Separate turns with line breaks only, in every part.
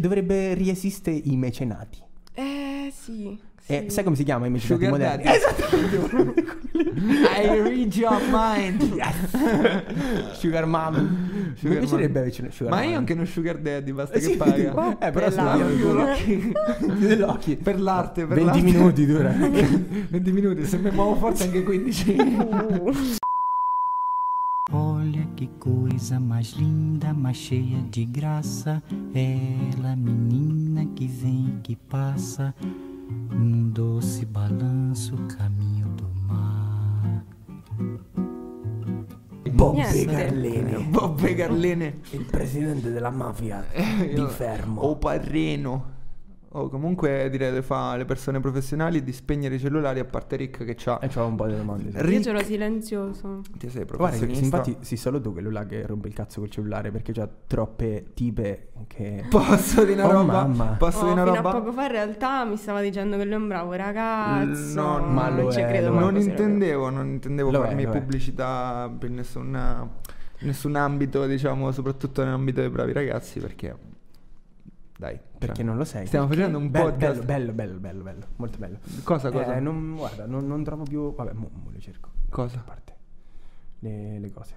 Dovrebbe riesistere i mecenati.
Eh sì. sì.
Eh, sai come si chiama i mecenati
Sugar
moderni?
daddy.
Esattamente.
I read your mind.
Yes. Eh, Sugar mom.
Sugar
Mi piacerebbe
mom.
averci una sugar
Ma io
mom.
anche uno sugar daddy, basta
Eh,
che
sì,
paga.
Eh, però
Eh,
scusa,
là,
io-
Rocky.
dell'occhio.
Per l'arte, per
20
l'arte.
minuti dura.
20 minuti, se mi muovo forse anche 15.
Uh,
Olha que coisa mais linda, mais cheia de graça. Ela, menina que vem e que passa, num doce balanço, caminho do mar.
Bobby
Niente.
Carlino,
Bobbe Carlene.
il presidente della mafia di Fermo.
O Parreno. O comunque direi di fare le persone professionali e di spegnere i cellulari a parte Rick che c'ha.
E c'ho un po' di domande. sì.
Io
Rick.
ce l'ho silenzioso.
Ti sei
Guarda,
professionista.
sì, infatti sì, solo tu quello là che rompe il cazzo col cellulare perché c'ha troppe tipe che...
Posso di una
Oh,
roba.
mamma.
Posso di
Oh,
una
fino
roba.
a poco fa in realtà mi stava dicendo che lui è un bravo ragazzo.
No,
ma lo
non ci
è,
credo
lo è.
manco
Non
se lo credo.
intendevo, non intendevo
Lo eh. è,
farmi
lo è.
pubblicità per nessun, nessun ambito, diciamo, soprattutto nell'ambito dei bravi ragazzi, perché... Dai. cioè,
Perché non lo sei.
Stiamo facendo un
bello,
podcast.
bello, bello, bello, bello, bello, molto bello.
Cosa, cosa?
Eh, non, guarda, non, non trovo più... Vabbè, mo, mo le cerco. A
Cosa?
parte le, le cose.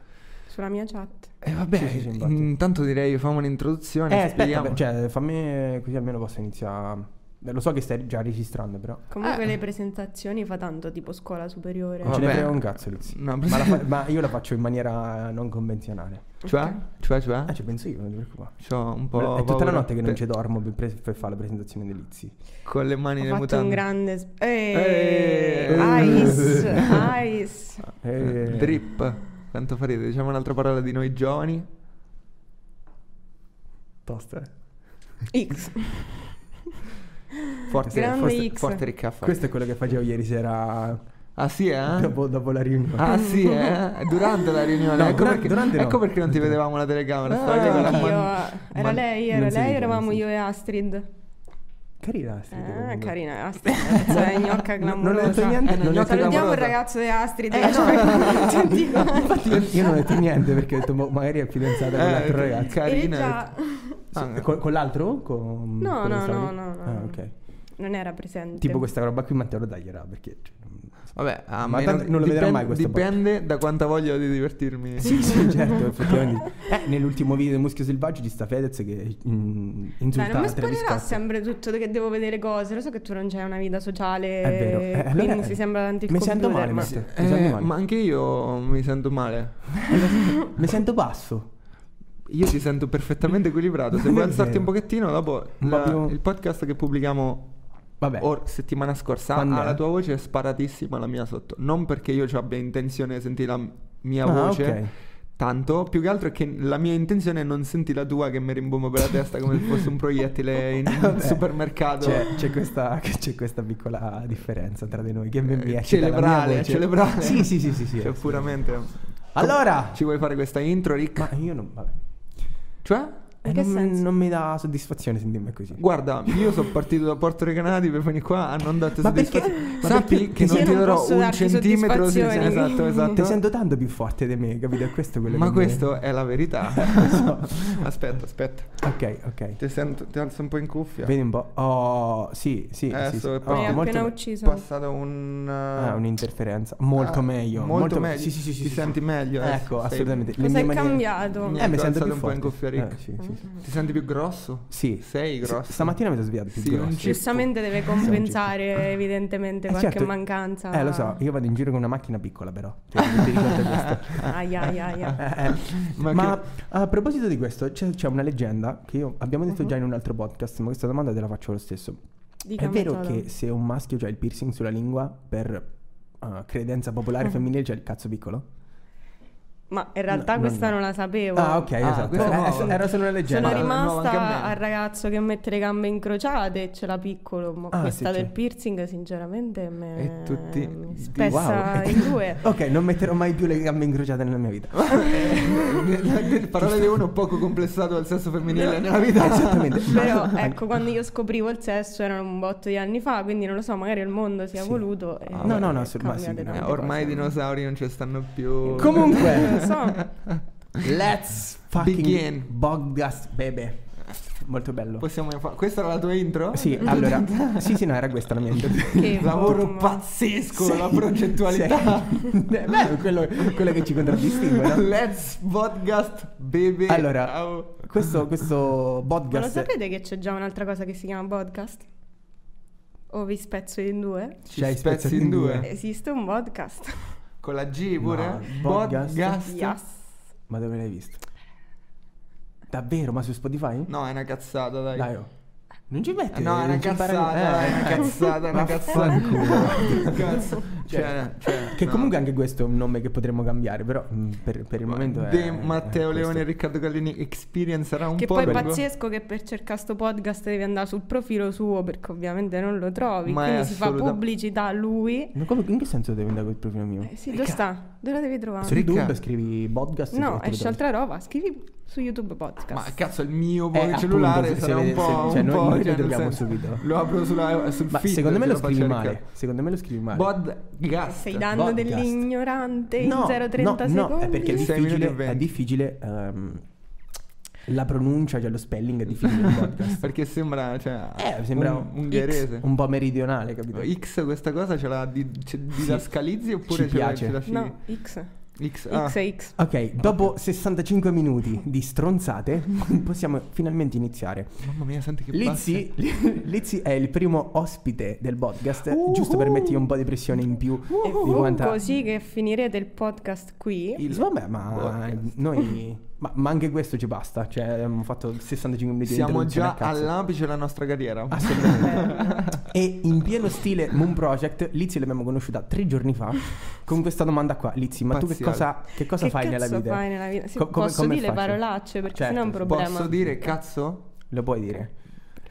Sulla mia chat.
E Eh, vabbè,
Sì, sì, sì, infatti.
intanto direi famo un'introduzione.
Eh, aspetta,
spieghiamo.
beh, cioè, fammi... Così almeno posso iniziare... Beh, Lo so che stai già registrando, però...
Comunque le presentazioni fa tanto tipo scuola superiore.
Non Ah.
Ah,
ce ne
Vabbè.
frega un cazzo, Lizzy.
No,
ma, la fa- ma io la faccio in maniera non convenzionale.
Cioè, cioè, cioè?
Ah, ci penso io, non ti preoccupare.
C'ho un po'
È tutta
paura.
la notte che non
Per-
ci dormo per, pres- per fare la presentazione di Lizzy.
Con le mani
Ho
nelle
fatto
mutande.
un grande... sp-
Eh.
eh, Ice, ice.
Eh,
Drip. Quanto farete? Diciamo un'altra parola di noi giovani. Tosta.
X.
Forte,
Grande
forte,
X.
forte ricaffa.
Questo è quello che facevo ieri sera
Ah sì, eh?
dopo, dopo la riunione.
Ah sì, eh? Durante la riunione.
No,
ecco,
durante-
perché,
durante no.
ecco perché non ti vedevamo la telecamera.
Ah,
stavi con la
Anch'io,
man-
era
man-
lei,
non
era
si
lei,
dice,
eravamo
non si
io e Astrid.
Carina, sta idea,
Eh,
comunque.
carina, Astrid, cioè, gnocca
No, non ho
clamorosa.
detto niente,
Eh, non ho detto
Cioè, Salutiamo
clamorosa.
il ragazzo di
Eh,
Astrid. che ci-
esatto.
tutti quanti.
Infatti io, io non ho detto niente perché ho detto boh, magari è fidanzata con
Eh,
l'altro ragazzo.
E
Carina.
già
Ah,
Sì, Con, con l'altro? Con,
No,
con
no,
questa-
no, no, no.
Ah, ok.
non era presente.
Tipo questa roba qui Matteo lo taglierà perché... cioè, non-
Vabbè, a
Ma
me
tanto non lo vedrà
dipende-
mai questo
Dipende da quanta voglia di divertirmi.
Sì, sì, certo, effettivamente. Eh, nell'ultimo video del Muschio Selvaggio ci sta Fedez che mm,
Dai,
insulta
non mi
Travis
spoilerà
Scott.
sempre tutto che devo vedere cose. Lo so che tu non c'hai una vita sociale.
È vero. Eh, allora-
quindi si sembra tanto il
mi sento male,
computer, ma-
mi sento-
Eh,
mi sento male.
ma anche io mi sento male.
Mi sento basso.
Io ti sento perfettamente equilibrato. Se
Non
vuoi
è
alzarti
vero.
un pochettino, dopo
Un
la-
po' più-
il podcast che pubblichiamo
Vabbè.
or- settimana scorsa
Quando
ha
è?
la tua voce è sparatissima la mia sotto. Non perché io ci abbia intenzione di sentire la m- mia
Ah,
voce.
ok.
Tanto, più che altro è che la mia intenzione è non senti la tua che mi rimbomba per la testa come se fosse un proiettile in un
Vabbè. Cioè,
supermercato.
Eh,
Cioè,
C'è, c'è questa, c'è questa piccola differenza tra di noi che mi mi
Eh,
esce dalla mia
celebrale,
voce.
celebrale.
Sì, sì, sì, sì, sì.
Cioè, puramente.
Allora, cioè,
Ci vuoi fare questa intro, Rick?
ma io non, vabbè.
Cioè?
Eh,
In che
non, mi-
senso?
non mi dà soddisfazione sentirmi così.
Guarda, io sono partito da Porto Recanati per venire qua a non darti
Ma perché-
soddisfazione.
ma
Sappi
perché-
che
io
non ti
non
darò
posso
un
darti
centimetro sì, sì,
soddisfazioni.
esatto, esatto.
Eh.
Ti sento tanto più forte di me, capito? È questo quello
Ma
che mi-
questo è la verità. aspetta, aspetta.
Ok, ok.
Ti, sento, ti alzo un po' in cuffia.
Vedi un po'. Oh, sì, sì,
Eh,
sì, sì.
sto-
Oh,
poi-
Mi ha
molto
appena
be-
ucciso.
Passato un eh,
Ah, un'interferenza. Molto
ah,
meglio.
Molto, meglio.
Sì, sì, sì, sì,
ti
sì.
senti meglio eh? adesso,
Ecco,
stai-
assolutamente. Le
Cosa
mie
è
maniere-
cambiato?
Eh, mi
Niente,
sento
alzate
più
un po' in
forte.
cuffia, Rick.
Eh, sì, sì, sì.
Ti senti più grosso?
Sì.
Sei
S-
grosso.
stamattina mi sono svegliato più
Sì,
grosso.
un cip.
Giustamente deve compensare evidentemente
Eh,
qualche
certo.
mancanza.
Eh, lo so, io vado in giro con una macchina piccola però. Cioè, non ti ricordo questo.
Ai, ai, ai, ai.
Eh, eh.
Ma
Ma,
che-
a proposito di questo, c'è, c'è una leggenda che io abbiamo detto già in un altro podcast, ma questa domanda te la faccio lo stesso.
Uh-huh. Dica,
È vero
Matteo.
che se un maschio ha il piercing sulla lingua per eh, credenza popolare femminile c'è il cazzo piccolo?
Ma in realtà
No, non
questa
no.
non la sapevo.
Ah, ok, esatto.
questa è
Eh,
nuova.
era solo una leggenda.
Sono
Gemma, nuova anche a me.
rimasta al ragazzo che mette le gambe incrociate e ce l'ha piccolo, ma
Ah,
questa
sì,
del
sì.
piercing sinceramente me-
E tutti-
mi spessa
Wow.
in due.
Ok, non metterò mai più le gambe incrociate nella mia vita.
Eh, Parole di uno poco complessato al sesso femminile nella
Eh
vita.
Esattamente.
Però ecco, quando io scoprivo il sesso erano un botto di anni fa, quindi non lo so, magari il mondo si è
Sì.
voluto. e
No, no, no,
è
sul- ma
cambiate
sì,
Eh,
tante
no,
ormai i
cose.
dinosauri non ci stanno più.
Comunque,
Non so,
let's fucking
Begin.
Bogdast baby. Molto bello.
Possiamo fare. Questa era la tua intro?
Sì, allora. sì, sì, no, era questa la mia intro.
Che
Lavoro
bomba.
pazzesco,
Sì.
la progettualità.
Sì. Eh, Beh, quello, quello che ci contraddistingue, no?
Let's podcast baby.
Allora,
Au.
questo, questo
Ma lo
podcast...
sapete che c'è già un'altra cosa che si chiama podcast? O vi spezzo in due?
ci
Ci hai
spezzi
spezzato
in
in
due.
due.
Esiste un podcast.
Con la G pure?
No, podcast.
podcast.
Yes.
Ma dove l'hai visto? Davvero? Ma su Spotify?
No, è una cazzata, dai. Eh,
Dai, oh. Non ci metti?
No, è una
non ci impara-
cazzata,
eh,
è una
eh.
cazzata, è una cazzata. Cazzo. Cioè, cioè,
Che
no.
comunque anche questo è un nome che potremmo cambiare, però mh, per, per il momento è...
De Matteo
è questo.
Leone e Riccardo Gallini Experience sarà un
Che
po'
poi è
lungo,
pazzesco che per cercare sto podcast devi andare sul profilo suo perché ovviamente non lo trovi.
Ma è
quindi si fa
assoluta-
pubblicità a lui.
Ma come- in che senso devo andare col profilo mio?
Eh, sì, dove sta? Dove la devi trovare?
Su
Ricca-
YouTube scrivi podcast?
Ah. No,
è
esce altra roba. Scrivi su YouTube podcast.
Ma cazzo, il mio
Eh,
poi
appunto,
cellulare
se- se
sarà un
vede-
po'.
se-
un
cioè, noi-
po',
noi lo
nel
troviamo
senso,
subito.
Lo apro sulla, sul
Ma
feed,
secondo me
ce
lo scrivi
faccio
male.
cercare.
Secondo me lo scrivi male.
Podcast.
Stai dando
podcast.
dell'ignorante
no,
in 0,30 secondi.
no, no, è perché è
Sei minuti e
difficile, è
venti.
difficile ehm, la pronuncia, cioè lo spelling è difficile del podcast.
Perché sembra, cioè,
Eh, sembra
un- ungherese. Ecco,
un po' meridionale, capito?
X questa cosa ce la di, ce- didascalizzi oppure
Ci
ce la,
piace.
ce la fili?
No, X.
X, ah.
X è X.
Ok, dopo 65 minuti di stronzate possiamo finalmente iniziare.
Mamma mia, senti che
Lizzy, Lizzy è il primo ospite del podcast, giusto per mettergli un po' di pressione in più
E
di quanta...
Uh-huh. così che finirete il podcast qui.
Il- Vabbè, ma
podcast.
noi... Ma, ma anche questo ci basta, cioè abbiamo fatto 65 minuti di
Siamo
introduzione a
già
cazzo.
all'apice della nostra carriera.
Ah,
Assolutamente. e in pieno stile Moon Project, Lizzy l'abbiamo conosciuta tre giorni fa con questa domanda qua. Lizzy, ma tu che
Paziale.
cosa, che cosa
che
fai
cazzo
nella vita?
fai nella vita? Sì,
Co- come-
posso
come
dire le
faccio?
parolacce perché
Certo,
sennò è un problema.
Posso dire cazzo?
Lo puoi dire.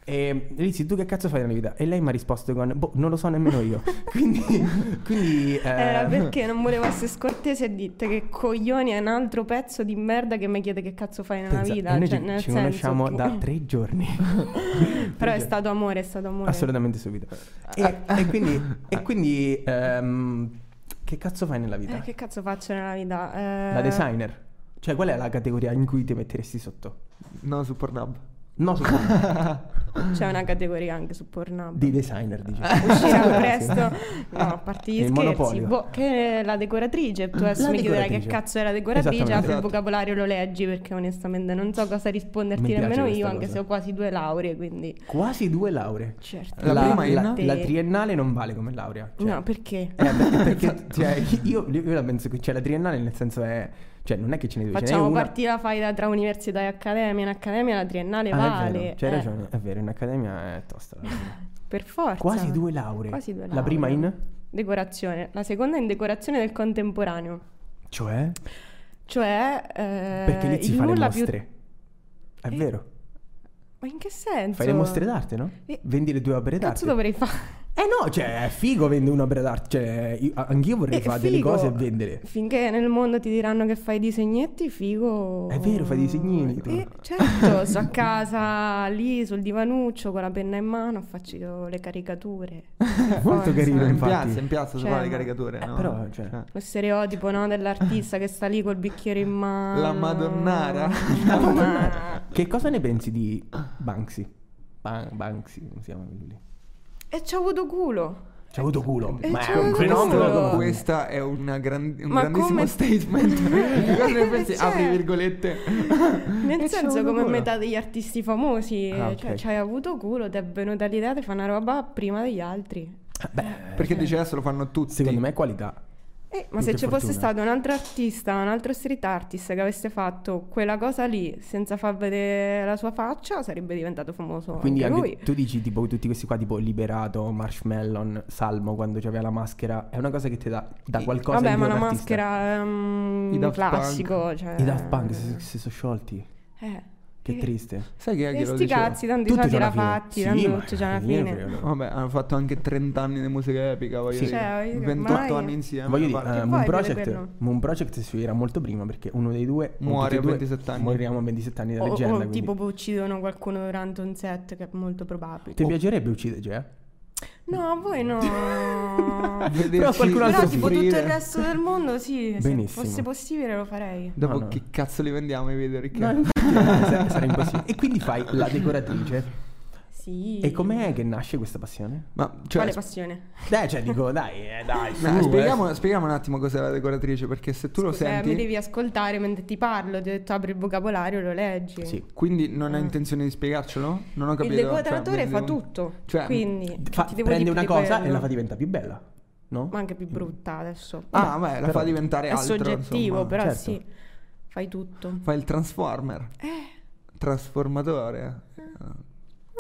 E Lizzy, tu che cazzo fai nella vita? E lei mi ha risposto con, boh, non lo so nemmeno io. quindi, quindi eh,
Era perché non volevo essere scortese e dite che coglioni è un altro pezzo di merda che mi chiede che cazzo fai nella
pensa,
vita.
noi
cioè,
ci,
nel
ci
senso
conosciamo
che-
da tre giorni.
Però è stato Eh, amore, è stato amore.
Assolutamente subito. E, e quindi, e quindi ehm, che cazzo fai nella vita?
Eh, che cazzo faccio nella vita? Eh,
Da designer? Cioè, qual è la categoria in cui ti metteresti sotto?
No, su Pornhub.
No, sotto
C'è una categoria anche su Pornhub.
di designer, dice.
Uscirà presto. No, a parte gli
Il
scherzi.
monopolio.
Boh, che è la decoratrice. Tu adesso
La
mi chiederai che
decoratrice.
cazzo è la decoratrice,
Esattamente.
anche il
Esatto.
vocabolario lo leggi perché onestamente non so cosa
Mi
risponderti
piace
nemmeno
questa
io, anche
cosa.
se ho quasi due lauree, quindi
Quasi due lauree.
certo.
La prima in-
la, la triennale non vale come laurea. cioè-
No, perché?
Eh, beh, perché cioè, io, io la penso che cioè, la triennale nel senso è... Cioè, non è che ce ne due, ce n'è
Facciamo
una...
partire la faida tra università e accademia. In accademia la triennale
Ah, è
vale.
vero, c'hai
eh,
ragione, è vero, in accademia è tosta. la laurea.
Per forza.
Quasi due lauree.
Quasi due
La
lauree.
prima in...
Decorazione. La seconda in decorazione del contemporaneo.
Cioè?
Cioè, eh,
Perché lì si
il
fa le
nulla più-
mostre. È
Eh,
vero.
Ma in che senso?
Fai le mostre d'arte, no?
Eh,
Vendi le tue opere d'arte.
Cazzo dovrei fare?
Eh no, cioè, è figo vendere un'opera d'arte. Cioè, io- anch'io vorrei
Eh,
fare delle
figo.
cose e vendere.
Finché nel mondo ti diranno che fai disegnetti, figo.
È vero, fai disegnini, tu.
Eh, certo, sto a casa lì sul divanuccio con la penna in mano, faccio le caricature.
Molto
Forza.
carino,
Eh, In
infatti.
piazza, in piazza si
Cioè,
fa le caricature, no?
però, cioè-
Lo stereotipo no, dell'artista che sta lì col bicchiere in mano.
La Madonnara.
La Madonnara.
Che cosa ne pensi di Banksy? Ban- Banksy, come si chiama quello lì?
E ci ho avuto culo.
C'è avuto culo.
Eh,
ma
c'ha
è un
avuto
fenomeno.
culo.
come-
Questa è una gran- un
Ma
grandissimo
come-
statement. Di cosa ne pensi?
Cioè-
Apri virgolette.
Nel
E c'è
senso
uno
come
culo.
metà degli artisti famosi.
Ah, ok.
Cioè, ci hai avuto culo, ti è venuta l'idea di fare una roba prima degli altri.
Beh, cioè,
Perché dice adesso lo fanno tutti.
secondo me è qualità.
Eh, ma
Che
se ci
fortuna.
fosse stato un altro artista, un altro street artist che avesse fatto quella cosa lì senza far vedere la sua faccia, sarebbe diventato famoso
Quindi
anche
anche
lui.
tu dici tipo tutti questi qua tipo Liberato, Marshmallow, Salmo quando c'aveva la maschera, è una cosa che ti dà, dà
Sì.
qualcosa
Vabbè,
in
ma
più
la
all'artista.
maschera è
I
un
Daft Punk.
classico. Cioè...
I Daft Punk si, si sono sciolti.
Eh.
Che
Eh.
triste.
Sai che è
E
che lo
sti
diceva?
cazzi, tanti
Tutto
soldi
c'è una
la
fine.
fatti,
Sì,
tanto
ma-
tutto c'è una
che gliene
fine.
frega.
Vabbè, hanno fatto anche 30 anni di musica epica, voglio
Sì.
dire.
Cioè, voglio dire,
28
ormai-
anni insieme.
Voglio
a
dire,
parte.
eh,
poi
Moon,
vede
Project,
quello.
Moon Project si era molto prima perché uno dei due o
Muore
tutti e
a
due
27 anni.
Moriamo a 27 anni da
O,
leggenda.
o
quindi-
tipo uccidono qualcuno durante un set, che è molto probabile.
Ti piacerebbe ucciderci, eh?
No, voi no. Ah.
Vederci-
qualcun altro
Però
si
tipo
soffrire.
tutto il resto del mondo sì,
Benissimo.
se fosse possibile lo farei.
Dopo
eh, No, no.
che cazzo li vendiamo i video, Riccardo?
Sa- Sarà impossibile. E quindi fai la decoratrice.
Sì.
E com'è che nasce questa passione?
Ma cioè,
Quale passione?
Beh, cioè, dico, dai, eh, dai.
ma
su,
spieghiamo,
eh.
spieghiamo un attimo cos'è la decoratrice, perché se tu lo
Scusa, eh,
senti,
Mi devi ascoltare mentre ti parlo, ti ho detto apri il vocabolario, lo leggi.
Sì.
quindi non hai intenzione di spiegarcelo? Non ho capito.
Eh. Il
cioè,
decoratore
mi
fa
devo-
tutto.
cioè,
quindi
Fa-
ti devo
prende
dire
una
di
cosa
quello.
e la fa diventare più bella, no?
Ma anche più brutta adesso.
Ah, beh, la
però-
fa diventare
è
altro,
soggettivo,
insomma.
però
certo.
sì. Fai tutto.
Fa il transformer.
Eh.
Trasformatore.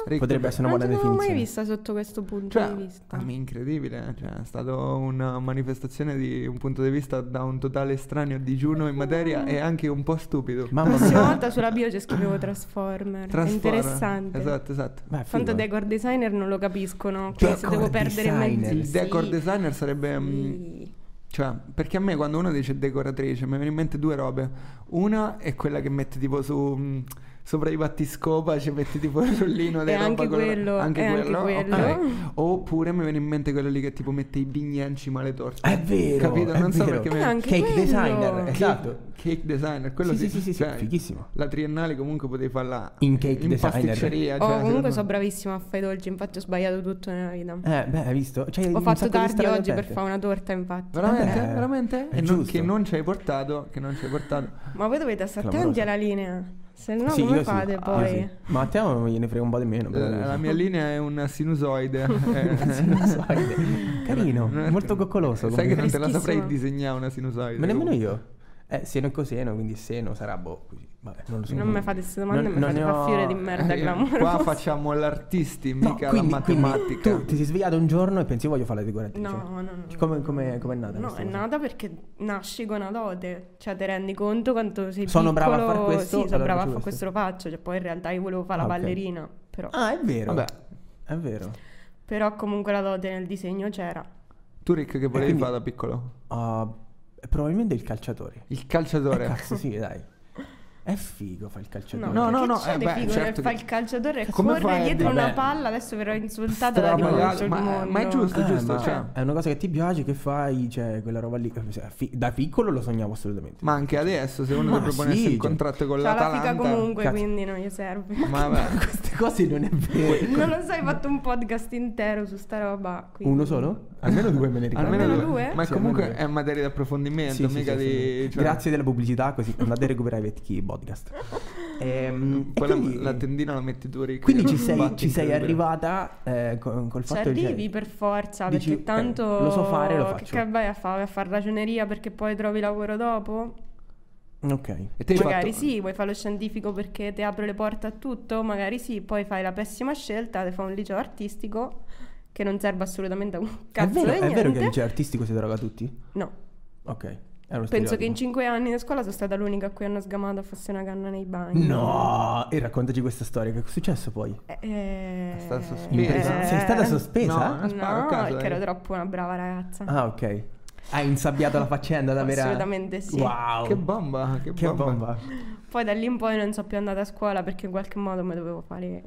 Ricco,
Potrebbe essere una
non
buona
te l'avevo mai
definizione.
vista sotto questo punto
Cioè,
di vista.
a me è incredibile, cioè, è stata una manifestazione di un punto di vista da un totale estraneo digiuna in
Mm.
materia e anche un po' stupido.
Mamma mia.
La prossima volta sulla bio ci scrivevo Transformer. È
Transformer.
interessante.
Esatto, esatto.
Beh, figo,
Tanto
eh.
decor designer non lo capiscono.
Decor
Quindi se devo perdere
designer.
mezzi.
Il
sì.
decor designer sarebbe... mh,
Sì.
Cioè, perché a me quando uno dice decoratrice mi viene in mente due robe. Una è quella che mette tipo su... mh, sopra i battiscopa ci metti tipo il rullino dei
E
roba
anche
color-
quello, e anche quello.
ok. Oppure mi viene in mente quello lì che tipo mette i bignè in cima alle torte.
È vero,
Capito?
è
non so
vero.
perché
Eh,
mi
anche
Cake
quello.
designer,
Cake-
esatto.
Cake designer, quello
Sì,
sì,
sì, sì, sì, sì,
cioè,
fighissimo.
La triennale comunque potevi farla
In cake designer.
pasticceria.
Oh,
cioè,
comunque
secondo
sono
me-
bravissima a fare i dolci, infatti ho sbagliato tutto nella vita.
Eh, beh, hai visto? Cioè,
Ho
un
fatto
sacco di
tardi
strade
oggi per
aperte.
fare una torta, infatti.
Veramente?
Eh,
veramente?
è
E non-
giusto.
che non ci hai portato, che non ci hai portato.
Ma voi dovete stare
Clamorosa.
attenti alla linea, se no
Sì,
come
io sì.
fate
Io
poi?
sì. Ma a te gliene frega un po' di meno.
La,
però-
la mia linea è una sinusoide. eh.
Sinusoide. Carino,
Non è-
molto coccoloso.
Sai che
comunque.
non te la
Freschissimo.
saprei disegnare una sinusoide.
Ma nemmeno
comunque.
io. Eh, seno e coseno, quindi seno sarà boh, così. Vabbè, non lo so.
Non mi fate queste domande,
Non-
mi
non
fate
ne
fa
ho-
fiore di merda
Eh,
clamorosa.
Qua facciamo l'artisti,
No,
mica
quindi,
la
quindi
matematica.
tu ti sei svegliato un giorno e pensi voglio fare la decoratrice.
No, no, no. no.
Cioè, Come, come, come è nata?
No,
questa
è
cosa?
nata perché nasci con una dote, cioè ti rendi conto quanto sei
Sono
piccolo.
brava a far questo,
Sì, sono
allora
brava a
faccio
fare
questo.
questo, lo faccio, cioè poi in realtà io volevo fare
Ah,
la
ok.
ballerina, però.
Ah, è vero.
Vabbè.
È vero.
Però comunque la dote nel disegno c'era.
Tu, Rick, che volevi
Eh, quindi-
fare da piccolo?
Ah, è probabilmente il calciatore.
Il calciatore.
Eh, Cazzo, sì, dai. È figo fa il calciatore.
No, no,
che
no,
c'è
eh,
di
beh,
figo nel
certo
fare
che-
il calciatore e
Come
corre
fai a
dietro
dire-
una
Vabbè.
palla, adesso verrò insultata da tipo
Strapagato,
tutto il
ma-
mondo.
ma è giusto.
Ah, ma
cioè-
È una cosa che ti piace, che fai, cioè, quella roba lì. Cioè, fi- Da piccolo lo sognavo assolutamente.
Ma anche adesso, se uno
Ma
ti proponesse
sì,
il
cioè-
contratto con
C'ha la fica
l'Atalanta...
comunque,
Cazzo.
quindi non gli serve.
Ma vabbè.
Queste cose non è vero.
Non lo so, hai fatto un podcast intero su sta roba. quindi-
Uno solo? Almeno due me ne ricordo.
Almeno
Almeno
due.
due?
Ma
Sì,
comunque
almeno
è
due.
materia di approfondimento,
Sì, sì,
mica
sì,
di...
sì.
cioè,
Grazie della pubblicità, così andate a recuperare i vecchi podcast. Ehm, e
mm, quella-
quindi,
La tendina la metti tu, Rick.
quindi
che
ci
non
sei,
batti
ci sei
incredibile.
arrivata eh, con- col
Ci
fatto che-
Cioè, arrivi per forza,
Dici,
perché tanto...
"Eh, lo so fare, lo
che-
faccio."
Che vai a fare? Vai a fare ragioneria perché poi trovi lavoro dopo?
Ok.
E te hai
Magari
fatto-
sì, vuoi fare lo scientifico perché ti apre le porte a tutto? Magari sì, poi fai la pessima scelta, ti fai un liceo artistico che non serve assolutamente a un
È
cazzo
vero,
di
è
niente.
vero che il liceo artistico si droga tutti?
No,
Ok. È uno
penso
stereotipo.
che in cinque anni di scuola sono stata l'unica a cui hanno sgamato fosse una canna nei bagni.
No! E raccontaci questa storia, che è successo poi?
Eh, eh,
È stata sospesa.
In presa-
eh,
Sei stata sospesa?
No. Ah, sparo a
No,
caso,
perché ero
dai.
troppo una brava ragazza.
eh. Ah, ok. Hai insabbiato la faccenda da vera...
Assolutamente sì.
Wow.
Che bomba, che,
Che
bomba.
bomba.
Poi da lì in poi non sono più andata a scuola perché in qualche modo mi dovevo fare...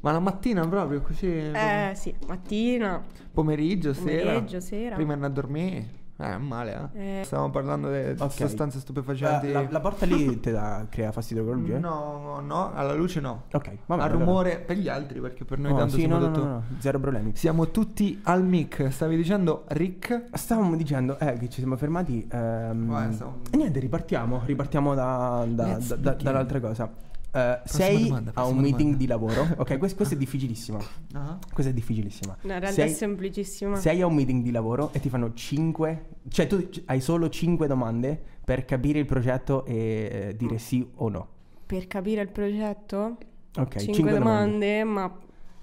Ma la mattina proprio, così...
Eh sì, mattina,
Pomeriggio, sera.
pomeriggio, sera.
Prima andare a dormire. Eh, male, eh.
Eh.
Stavamo parlando di
Ok.
sostanze
La,
stupefacenti.
Eh, la- la porta lì te la crea fastidio con luce?
No, no, alla luce no.
Ok, va bene.
al
allora.
rumore per gli altri, perché per noi
No,
tanto
sì,
siamo,
no, no,
tutto-
no, no, zero problemi.
siamo tutti al mic. Stavi dicendo Rick?
Stavamo dicendo eh, che ci siamo fermati. ehm,
Vai, stavamo-
E niente, ripartiamo. Ripartiamo da, da-
Let's
da- da-
begin.
dall'altra cosa. Eh, sei
domanda,
a un
prossima
meeting
domanda.
di lavoro. Ok, quest- questa è difficilissima. Questa è difficilissima.
No, in realtà è
sei,
semplicissima.
sei a un meeting di lavoro e ti fanno 5. Cioè, tu c- hai solo 5 domande per capire il progetto e eh,
Mm.
dire sì o no.
Per capire il progetto?
Ok, 5,
Cinque domande,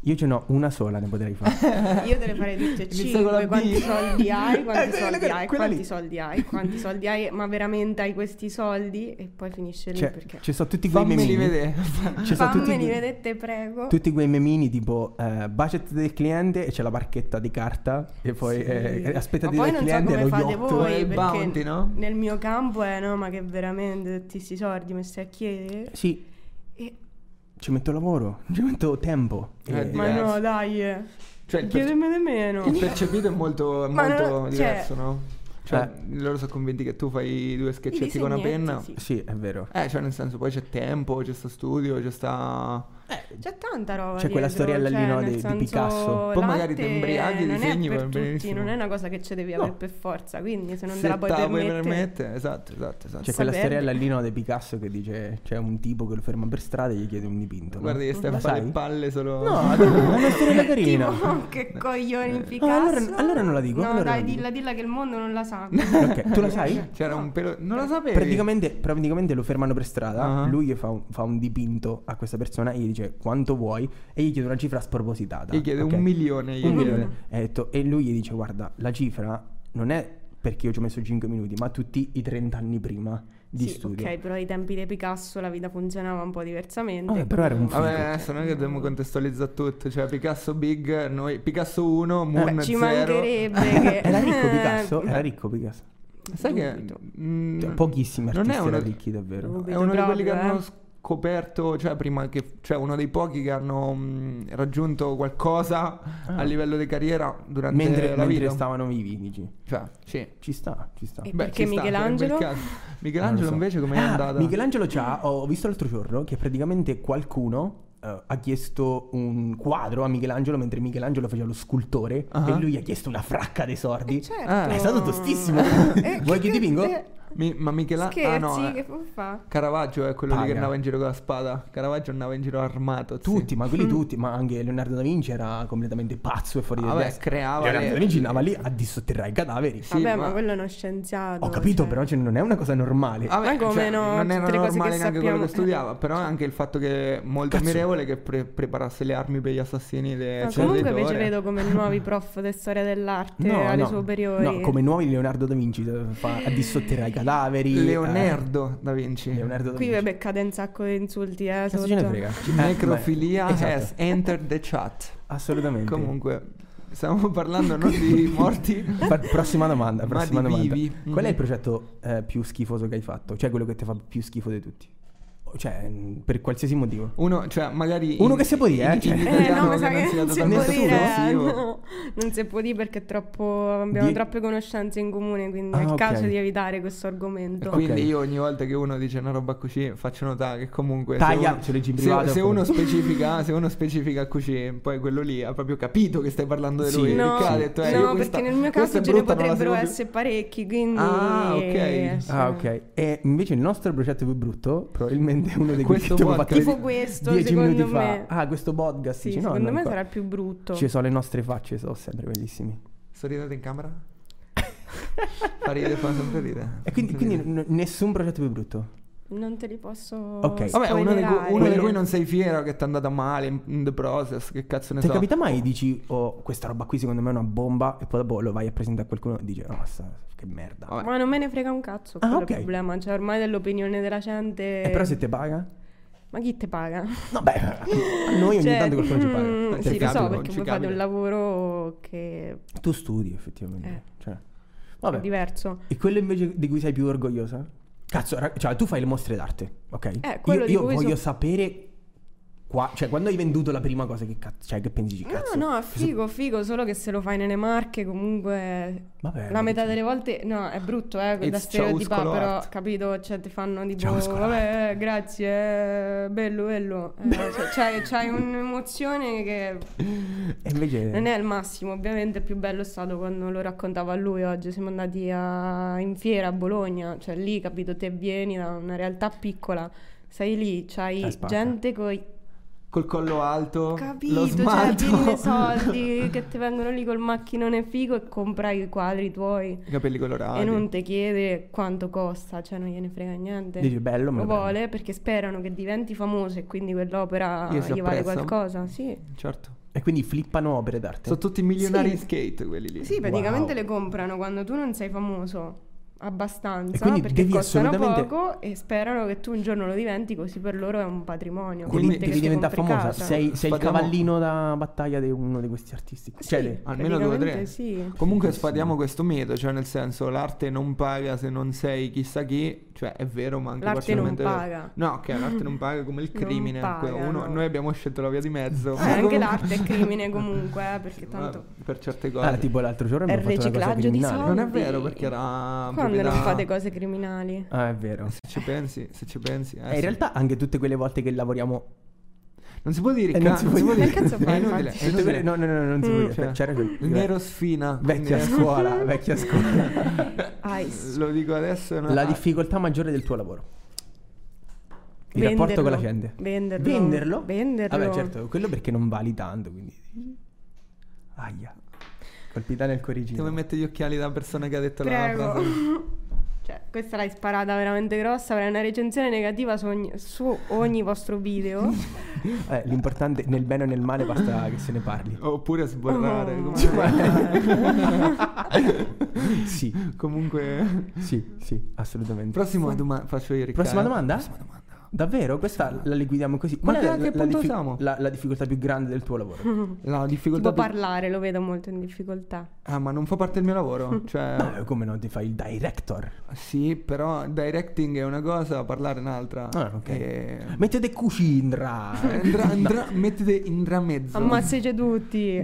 Io ce n'ho una sola, ne potrei fare.
ma io te le farei tutte e
Inizia con la
cinque. Quanti
B.
soldi hai?
Eh,
Quanti
quella-
soldi
quella- quella
hai? Quanti
lì.
soldi hai? Quanti soldi hai? Ma veramente hai questi soldi? E poi finisce lì
cioè,
perché...
ci sono tutti quei
Fammeli
memini.
vedere.
Ci sono tutti
Fammeli
quei-
vedere, te prego.
Tutti quei memini tipo eh, budget del cliente e c'è la barchetta di carta e poi eh, aspettati
ma poi
del
non
cliente
so
e lo
come fate
yacht.
voi
e il
perché
bounty, no?
nel mio campo è no ma che veramente tutti questi soldi messi a chiedere
Sì,
E-
ci metto lavoro, ci metto tempo.
Eh,
E-
di-
ma
Diverso.
no dai eh.
Cioè, il, perce-
Chiedemene meno.
il percepito è molto, è
Ma
molto
non- cioè-
diverso, no? Cioè,
Eh.
loro sono convinti che tu fai due
I
sketchetti con una
disegnetti,
penna.
sì.
Sì, è vero.
Eh, cioè, nel senso, poi c'è tempo, c'è sto studio, c'è sta.
C'è tanta roba.
C'è quella
dietro,
storiella lì,
cioè,
no,
nel
di- di
senso,
Picasso. Poi
l'arte
magari ti imbriachi e
non è
disegni,
per
va
tutti,
benissimo.
Non è una cosa che ci devi
No.
avere per forza. Quindi, se non te
Se
la puoi
la puoi
permettere,
permettere, Esatto, esatto, esatto.
C'è quella
Saperli.
storiella lì no, di Picasso che dice c'è un tipo che lo ferma per strada e gli chiede un dipinto. no?
Guarda che stai a
La
fare le
sai?
palle solo.
No, dai, è una storiella carina.
Tipo, che
Eh.
coglioni Picasso.
Ah, allora- allora non la dico,
No,
allora
dai,
non la
dilla, dilla che il mondo non la sa.
Ok, tu la sai?
C'era un pelo. Non
Eh,
lo sapevi.
Praticamente, praticamente lo fermano per strada,
Eh. Ah.
lui gli fa un, fa un dipinto a questa persona e gli dice quanto vuoi e gli chiede una cifra spropositata.
Gli chiede
ok?
un milione. Gli
Un
chiede.
milione. E ha detto- e lui gli dice guarda, la cifra non è perché io ci ho messo 5 minuti, ma tutti i 30 anni prima di
Sì,
studio.
ok, però ai tempi di Picasso la vita funzionava un po' diversamente.
Ah, però era un
Vabbè,
figo.
adesso noi che dobbiamo contestualizzare tutto. Cioè, Picasso Big, noi. Picasso 1, Moon
Beh, ci
0.
mancherebbe che...
Era ricco Picasso, era ricco Picasso.
Eh, Sai che.
Dubito.
mm,
Cioè, pochissimi
Non è
artisti erano
una-
ricchi davvero.
Dubito
È uno di quelli che
proprio,
hanno
eh.
scoperto, cioè prima che, cioè uno dei pochi che hanno mh, raggiunto qualcosa a livello di carriera durante
Ah. Mentre,
la
mentre
vita.
stavano vivi, dici.
Cioè, sì.
Ci sta, ci sta.
E
Non
Beh,
perché
ci sta, cioè, in quel
Michelangelo?
caso.
lo
Michelangelo
so.
invece com'è
Ah,
andata?
Michelangelo c'ha, ho visto l'altro giorno che praticamente qualcuno eh, ha chiesto un quadro a Michelangelo mentre Michelangelo faceva lo scultore
Ah.
e lui ha chiesto una fracca dei sordi.
Eh, certo.
Ah,
È stato tostissimo.
Eh,
Vuoi che dipingo?
eh,
Mi- ma Michelangelo...
Scherzi,
no, eh,
che fu- fa?
Caravaggio è quello lì che
Paga.
andava in giro con la spada. Caravaggio andava in giro armato. sì. Ah,
Tutti, ma quelli tutti, ma anche Leonardo da Vinci era completamente pazzo e fuori di
Vabbè,
testa.
creava
Leonardo
le-
da Vinci andava lì a dissotterrare i cadaveri.
Sì,
Vabbè, ma...
ma-
quello è uno scienziato.
Ho capito,
cioè.
però cioè, non è una cosa normale.
Vabbè,
Ma come
cioè,
no?
Non
Tutte le
era
cose che
normale neanche quello che
sappiamo. Cioè.
studiava, però anche il fatto che è molto
Cazzo.
ammirevole che pre- preparasse le armi per gli assassini de-
Ma
del
comunque invece
lettore.
vedo come nuovi prof di storia dell'arte
No,
alle
no,
superiori.
no, come nuovi Leonardo da Vinci eh, fa a dissotterrare i cadaveri.
Leonardo da Vinci.
eh, Leonardo da
Qui
Vinci.
vabbè cade un sacco di insulti, eh.
Cazzo
sotto.
ce ne frega.
Necrofilia
Eh, beh, esatto,
has entered the chat.
assolutamente.
Comunque, stiamo parlando non di morti.
Fa- prossima domanda,
Ma
prossima
di
domanda.
vivi.
Qual è
Mhm.
il progetto eh, più schifoso che hai fatto? Cioè quello che ti fa più schifo di tutti? Cioè, mh, per qualsiasi motivo.
Uno, cioè, magari.
Uno che si può dire, eh, cioè.
in
Eh,
Eh,
italiano
no, mi sa che
consigliato
non si può
tanto
dire, eh,
esclusivo.
no. non si può dire perché è troppo, abbiamo
Die-
troppe conoscenze in comune, quindi
Ah,
è il
ok.
caso di evitare questo argomento.
Ok.
Quindi io ogni volta che uno dice una roba così faccio notare che comunque se
Taglia,
uno-
ce leggi in
se-
privato,
se,
oppure-
uno specifica se uno specifica così poi quello lì ha proprio capito che stai parlando di
Sì.
lui
No,
Riccardo ha detto, eh,
no,
io questa-
perché nel mio caso
questa è
ce ne
brutta, non la
potrebbero
seguo più.
essere parecchi, quindi...
Ah, ok.
eh, sì.
Ah, ok. E invece il nostro progetto più brutto, probabilmente è uno dei quelli che
Questo
abbiamo
podcast.
fatto
Tipo questo,
10 minuti
secondo me.
fa. Ah, questo podcast.
Sì,
dici, no,
secondo
no,
me
qua-
sarà più brutto.
Ci sono le nostre facce, sono sempre bellissimi.
sorridete in camera fa ridere fa sempre ridere
E quindi, quindi n- nessun progetto più brutto.
Non te li posso
Ok.
Vabbè, uno di, cui,
spoilerare.
uno di cui non sei fiero che ti è andata male in, in the process, che cazzo ne
Ti
so.
capita mai dici, oh, questa roba qui secondo me è una bomba, e poi dopo lo vai a presentare a qualcuno e dici, oh, sta- che merda.
Vabbè.
Ma non me ne frega un cazzo,
Ah,
quello
ok.
è il problema. Cioè, ormai dell'opinione della gente.
E però se te paga?
Ma chi te paga?
No, beh, a noi ogni
Cioè,
tanto qualcuno ci
mm,
paga.
Ci
Sì,
Perché
lo
capita,
so,
non
perché
ci
voi fate
capita.
un lavoro che
Tu studi effettivamente.
Eh.
Cioè.
è
Vabbè.
diverso.
E quello invece di cui sei più orgogliosa? Cazzo, ra- cioè tu fai le mostre d'arte, ok?
Eh, quello
io
di
io
cui
voglio
so-
sapere qua, cioè quando hai venduto la prima cosa che cazzo, cioè che pensi di cazzo?
No, no, figo, figo, solo che se lo fai nelle marche comunque...
Vabbè,
La metà
dici.
delle volte, no, è brutto, eh, da
It's
stereotipare,
Ceausescu
però,
art.
capito? Cioè, ti fanno tipo,
Ceausescu
vabbè, eh, grazie, eh, bello, bello. Eh, cioè, c'hai, c'hai un'emozione che
E invece
non è il massimo, ovviamente. Più bello è stato quando lo raccontava a lui oggi. Siamo andati a- in fiera a Bologna, cioè lì, capito? Te vieni da una realtà piccola, sei lì,
Eh,
c'hai
spacca.
gente coi
Col collo alto, lo
Capito, cioè
smalto,
mille soldi che ti vengono lì col macchinone figo e comprai i quadri tuoi
i capelli colorati.
e non ti chiede quanto costa, cioè non gliene frega niente.
dici bello, me
lo
lo prendo.
vuole perché sperano che diventi famoso e quindi quell'opera
Io si
gli vale
apprezza.
qualcosa, sì.
Certo.
E quindi flippano opere d'arte.
Sono tutti milionari
Sì.
in skate quelli lì.
Sì, praticamente
Wow.
le comprano quando tu non sei famoso
E
abbastanza
quindi
perché
devi
costano
assolutamente-
poco e sperano che tu un giorno lo diventi così per loro è un patrimonio.
Devi,
Quindi-
Gente che
devi
si
diventare
compri
famosa.
casa.
Sei, sei il
Sfatiamo-
cavallino da battaglia di uno di questi artisti. qui.
Sì,
Cioè, le-
almeno due o tre.
praticamente Sì. Eh,
Comunque sfatiamo questo mito, cioè nel senso l'arte non paga se non sei chissà chi, Cioè, è vero, ma anche
L'arte non
parzialmente vero.
paga.
No, ok, l'arte non paga come il
Non
crimine.
paga,
Que- uno-
no.
Noi abbiamo scelto la via di mezzo.
Eh, anche l'arte è crimine comunque, eh, perché
Ma
tanto...
Per certe cose.
Ah, tipo l'altro giorno
È
abbiamo fatto una cosa
riciclaggio di
criminale.
soldi.
Non è vero perché era.
Quando non
proprietà-
fate cose criminali?
Ah, è vero.
Se ci pensi, se ci pensi. eh,
Eh, in
sì.
realtà anche tutte quelle volte che lavoriamo
Non si può dire
Eh, non
ca-
si
non
può
si può
dire.
dire.
Ma cazzo
È
fai,
inutile,
infatti?
è
eh, Tutte
inutile.
quelle- No, no, no, non si
Mm.
può dire.
Cioè,
C'era
Nero sfina.
Vecchia
quindi-
scuola, vecchia scuola. eh,
Ice.
Lo dico adesso. è una-
La difficoltà maggiore del tuo lavoro. Il
Venderlo.
rapporto con la gente.
Venderlo.
Venderlo?
Venderlo.
Vabbè, certo, quello perché non vali tanto, quindi... Aia. Colpita nel
Ti vuoi
corrigino.
mettere gli occhiali da persona che ha detto la
Prego.
frase?
Cioè, questa l'hai sparata veramente grossa. Avrai una recensione negativa su ogni, su ogni vostro video.
Eh, l'importante nel bene o nel male basta che se ne parli.
Oppure sborrare.
Oh.
come-
Sì,
Comunque.
sì, sì, assolutamente.
Prossima domanda. Faccio io Riccardo.
Prossima domanda?
Prossima domanda.
Davvero? Questa la liquidiamo così.
Ma che-
è
a che
la,
punto siamo?
la- la difficoltà più grande del tuo lavoro?
La difficoltà.
Tipo
più-
parlare, lo vedo molto in difficoltà.
Ah, ma non fa parte del mio lavoro. Cioè.
No, Eh, come no, ti fai il director.
Sì, però directing è una cosa, parlare è un'altra.
Ah, ok.
E-
Mettete cucindra.
Andrà- andrà- mettete in dra
Esatto.
mezzo.
Ammazzici tutti.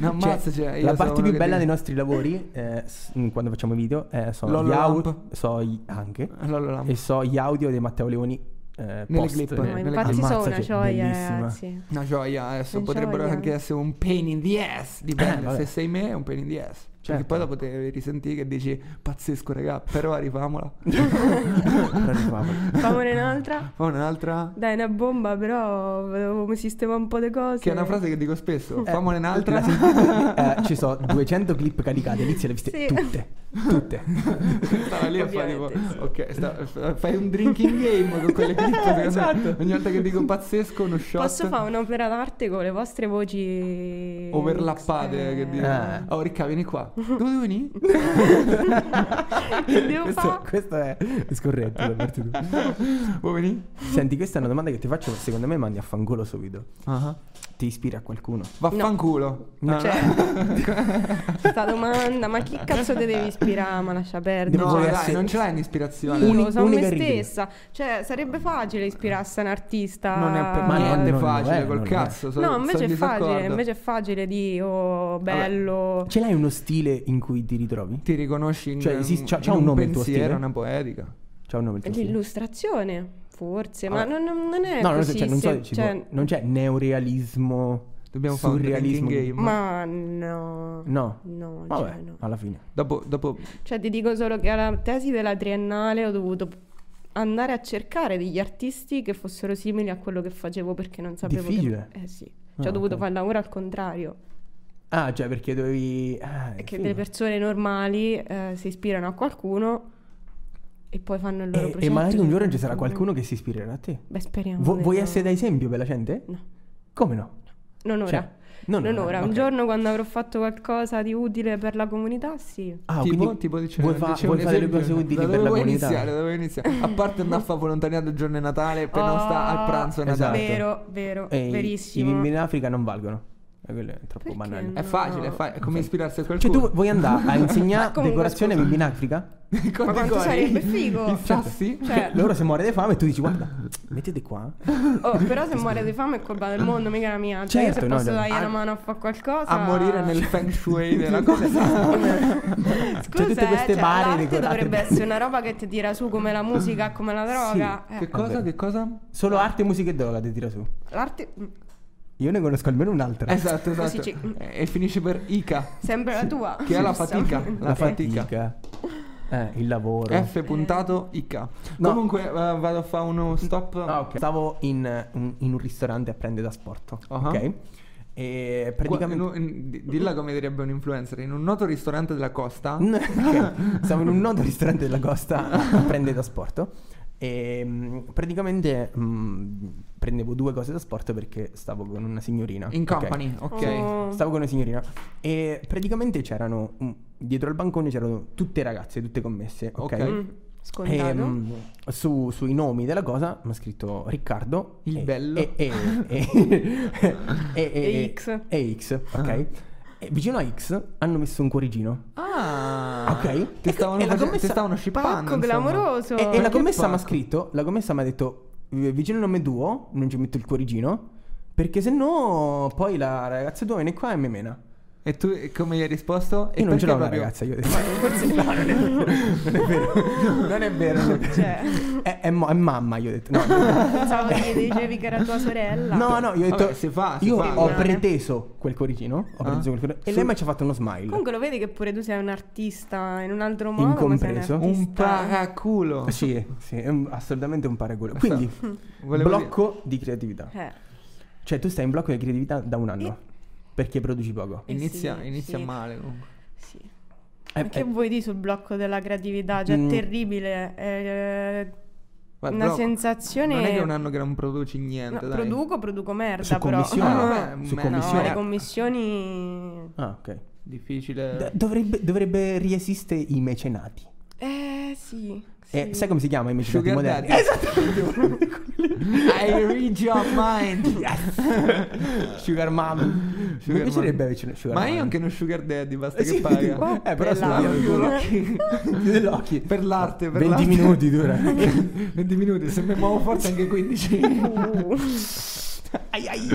No, ammazza, cioè, io
la
sono
parte
uno
più
che
bella
dice-
dei nostri lavori, eh, s- mm, quando facciamo i video, eh, sono, gli
Lololamp.
audio, so gli- anche,
Allora,
e so gli audio di Matteo Leoni eh,
Nelle
post,
clip.
eh,
Ma
Ma infatti
ammazza
sono una
cioè,
che
gioia,
bellissima.
ragazzi.
una gioia. Adesso
Non
potrebbero
gioia.
anche essere un pain in the ass.
Eh,
Dipende,
vabbè.
se sei me è un pain in the ass. Cioè,
Certo.
che poi dopo te risentire che dici pazzesco, raga, però rifamola.
Però arrivavo.
Famone un'altra.
Poi un'altra.
Dai, una bomba, però dovevo sistemare un po' le cose.
Che è una frase che dico spesso.
Eh,
Famone un'altra.
la sentite? Eh, ci sono 200 clip caricate, Lizia le ha viste
Sì.
tutte, tutte.
Stava lì e fa tipo,
Ovviamente, sì.
ok, sta- f- fai un drinking game con quelle clip. secondo me.
Esatto.
Ogni volta che dico pazzesco, uno shot.
Posso fare un'opera d'arte con le vostre voci
Overlappate, che dire.
Eh.
Oh, Ricca, vieni qua. Dove devi venire?
Che devo
Questo,
fare?
questo è scorretto da parte tua.
Vuoi venire?
Senti, questa è una domanda che ti faccio, secondo me mandi a fangolo subito.
Ah.
Ti ispiri a qualcuno?
Vaffanculo.
No.
cioè,
Cioè, Sta domanda, ma chi cazzo te devi ispirare? Ma lascia perdere. Cioè,
Devo
no,
voler
dai,
essere-
non ce l'hai un'ispirazione.
Io
uni-
sono me
unica righe.
stessa. Cioè, sarebbe facile ispirarsi a un artista.
Non è per
Ma no,
niente
non lo
facile,
è,
col
non lo è.
cazzo. so-
No,
sono
invece è
disaccordo.
facile, invece è facile di oh, bello.
Ce l'hai uno stile in cui ti ritrovi?
Ti riconosci in,
Cioè, esiste- c'ha-
in
c'ha un nome il tuo
pensiero,
stile?
una poetica.
C'è un nome il tuo stile?
L'illustrazione, forse,
Certo, Vabbè.
ma non, non- non è
No, non,
così.
cioè, non, so,
se-
tipo,
cioè,
non c'è neorealismo,
Dobbiamo fare un
surrealismo.
drinking game.
ma no.
No.
No,
Vabbè,
cioè, no.
alla fine.
Dopo, dopo
Cioè, ti dico solo che alla tesi della triennale ho dovuto andare a cercare degli artisti che fossero simili a quello che facevo perché non sapevo. che-
Difficile.
Eh sì. Cioè,
Ah,
ho dovuto
ok.
fare il lavoro al contrario.
Ah, cioè, perché dovevi. Ah,
Perché
figo.
le persone normali eh, si ispirano a qualcuno e poi fanno il loro
Eh, e, e
progetto.
magari un giorno ci sarà qualcuno che si ispirerà a te.
Beh, speriamo.
Vu- vuoi
vediamo.
essere da esempio per la gente?
No.
Come no?
Non ora.
Cioè, non
non
ora,
ora. Un
ok.
giorno quando avrò fatto qualcosa di utile per la comunità, sì.
Ah,
tipo,
quindi
tipo dice,
vuoi, fa-
dice
vuoi
un
fare le
esempio,
cose
da
utili
dove
per la
vuoi
comunità?
iniziare, da dove iniziare? A parte andare a fare volontariato il giorno di Natale, appena sta al pranzo
esatto.
Natale.
Ah, Vero, vero,
E i-
verissimo.
I bimbi in Africa non valgono. Eh, quello è troppo
Perché
banale.
no?
È facile, è, fa- è come ispirarsi a
Cioè,
qualcuno.
tu vuoi andare a insegnare
comunque,
decorazione ai bimbi in Africa?
tu con
Ma
i
quanto
cori,
sarebbe figo?
I sassi?
Cioè,
Loro se muore di fame e tu dici, guarda, mettete qua.
oh, però se muore di fame è colpa del mondo, mica la mia. Cioè, io
Certo,
se
no,
posso
no.
dargli
A-
una mano a fare qualcosa.
cioè,
a morire nel feng shui della
Esatto.
cosa. Esatto.
Scusa,
tutte queste
eh, cioè,
bare
l'arte
decorate
dovrebbe
bene.
essere una roba che ti tira su come la musica, come la droga.
Che
Eh,
cosa? Che cosa?
Solo arte, musica e droga ti tira su.
l'arte mm,
Io ne conosco almeno un'altra.
Esatto,
Così
esatto.
ci-
E e finisce per Ica,
sembra la tua.
che è la
giusto?
fatica. La,
la
fatica.
fatica. Eh, il lavoro.
F puntato Ica.
No.
Comunque eh, vado a fare uno stop.
Ah, ok. Stavo in, eh, un, in un ristorante a prendere da sport.
Ah.
Ok. E
Qua-
praticamente.
in- in- di- dilla come direbbe un influencer, in un noto ristorante della costa.
Ok, Siamo in un noto ristorante della costa a prendere da sport. E mm, praticamente mm, prendevo due cose da sport perché stavo con una signorina.
In
ok?
company, ok.
Oh.
Stavo con una signorina e praticamente c'erano mm, dietro al bancone c'erano tutte ragazze, tutte commesse, ok?
Ok.
Mm, Scontato.
E, mm, su- sui nomi della cosa mi ha scritto Riccardo
Il
e-
bello.
e, e, e- e- e-
E X.
e X, ok? E vicino a X hanno messo un cuoricino
Ah, Ah,
Ok.
Ti
E-
stavano,
Ecco, e la
face-
commessa-
ti stavano scippando.
Pacco
insomma.
clamoroso.
E, e la commessa mi ha
Pacco.
scritto, la commessa mi ha detto, "Eh, vicino il nome tuo, non ci metto il cuoricino, perché se no poi la ragazza tua viene qua e mi mena.
E tu e come gli hai risposto?
Io
e
non ce l'ho
perché
una
proprio-
ragazza, io ho detto, "Ma forse no, non è vero, non è vero, non è vero, non è vero.
Cioè.
È, è mo- è mamma, io ho detto, no,
Pensavo che dicevi che era tua sorella.
no, no, io ho detto,
Vabbè, si fa, si
io
fa.
ho
Rimane.
preteso quel cuoricino, ho
Ah.
preteso quel cuoricino, e lei mi ci ha fatto uno smile.
Comunque lo vedi che pure tu sei un artista in un altro modo, ma sei un
Incompreso.
artista.
Un paraculo.
Eh Sì, sì, è un- assolutamente un paraculo. Quindi,
Volevo
blocco di creatività.
Eh.
Cioè, tu stai in blocco di creatività da un anno. Perché produci poco.
Eh
Inizia,
sì,
inizia
sì.
male comunque.
Sì.
Eh,
Ma che
eh,
vuoi dire sul blocco della creatività? Cioè,
Mm.
è terribile. È
Ma
una
però,
sensazione.
Non è che un anno che non produci
No,
niente, dai.
produco, produco merda,
su
però.
commissione.
Ah, vabbè,
su
me-
No,
commissione.
le commissioni.
Ah, ok.
Difficile.
D- dovrebbe, dovrebbe riesistere i mecenati.
Eh sì. sì.
Eh, sai come si chiama i mecenati
Sugar
moderni?
Daddy. I read your mind.
Esatto. Sugar Mom.
Sugar
Mi piacerebbe
mom.
averci una Sugar
Ma
Mom.
io anche uno sugar daddy, basta
Eh,
che
sì.
paga.
Eh, però
Bella.
sono io. Esatto. Dell'occhi.
Per l'arte, per
20
l'arte.
minuti dura.
20 minuti, se mi muovo forse anche 15.
Uh.
ai, ai.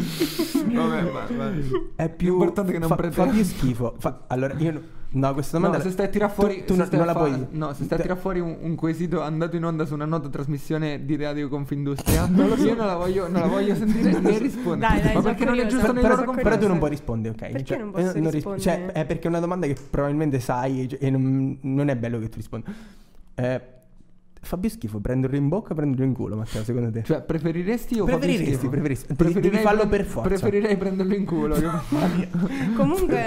Vabbè, ma, ma-
È più
L'importante è che non
fa,
prete-
fa più schifo. Fa- allora, io no- no, questa domanda
No, se stai a tirare fuori,
tu, tu
se
non-
stai
non
a
la
fa-
puoi.
No, se stai a
Te-
tirare fuori un, un quesito andato in onda su una nota trasmissione di Radio Confindustria, io non la voglio, non la voglio sentire né rispondere.
Dai, dai, sono
ma perché non è
curiosa,
giusto
sono
nei
però,
curiosa.
loro confronti?
però tu non puoi rispondere, ok?
Perché non posso
eh, ris-
rispondere?
cioè, è perché è una domanda che probabilmente sai cioè, e non, non è bello che tu risponda. Eh, fa più schifo prenderlo in bocca o prenderlo in culo, Matteo, secondo te?
Cioè, preferiresti o fa più
preferiresti,
schifo?
preferiresti. Devi-
Preferirei
Devi farlo
prend-
per forza.
Preferirei prenderlo in culo. che-
Comunque,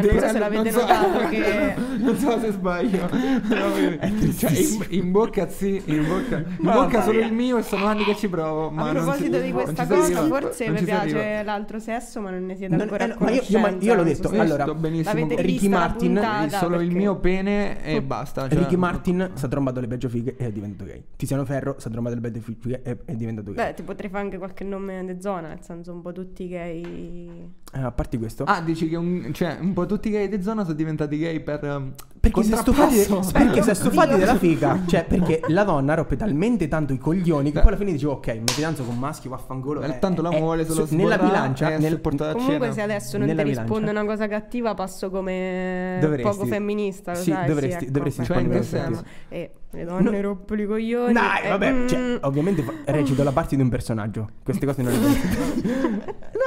non so se l'avete
non so-
notato che.
non so se sbaglio. Però vedi, cioè, in, in bocca sì, in bocca, in
Mamma
bocca solo
mia.
il mio e sono anni che ci provo. Ma
A
non
proposito
si-
di
non
questa
ci si
cosa,
arriva.
forse
Non
vi
ci si
piace
arriva.
l'altro sesso, ma non ne siete
Non-
ancora
eh,
a
ma io- io- ma io
conoscenza,
l'ho
non
detto,
so se-
Io
allora,
sto benissimo.
l'avete
Ricky
vista la
Martin,
puntata,
solo il
perché-
mio pene e basta. cioè-
Ricky Martin sta trombando le peggio fighe e è diventato gay. Tiziano Ferro sta trombando le peggio fighe e è diventato gay.
Beh, ti potrei fare anche qualche nome di zona, nel senso un po' tutti gay.
Eh, a parte questo,
Ah, dici che un, cioè, un po' tutti i gay di zona sono diventati gay per. ehm,
Perché si è stufati,
contrappasso.
perché si è stufati della figa. Cioè, perché la donna rompe talmente tanto i coglioni che poi alla fine dicevo, ok, mi fidanzo con un maschio, vaffanculo.
Eh,
eh,
tanto la
eh,
muole
su-
solo
Nella bilancia, nel,
portato a
Comunque,
cena.
se adesso non
Nella
ti
bilancia.
rispondo una cosa cattiva, passo come
Dovresti.
poco femminista. Lo
Sì,
sai?
dovresti-
ecco,
dovresti
ecco,
rispondere
ecco,
alla
insomma. E le donne
No.
rompono i coglioni.
Dai,
eh,
vabbè,
mm,
cioè, ovviamente fa- recito la parte di un personaggio. Queste cose non le penso.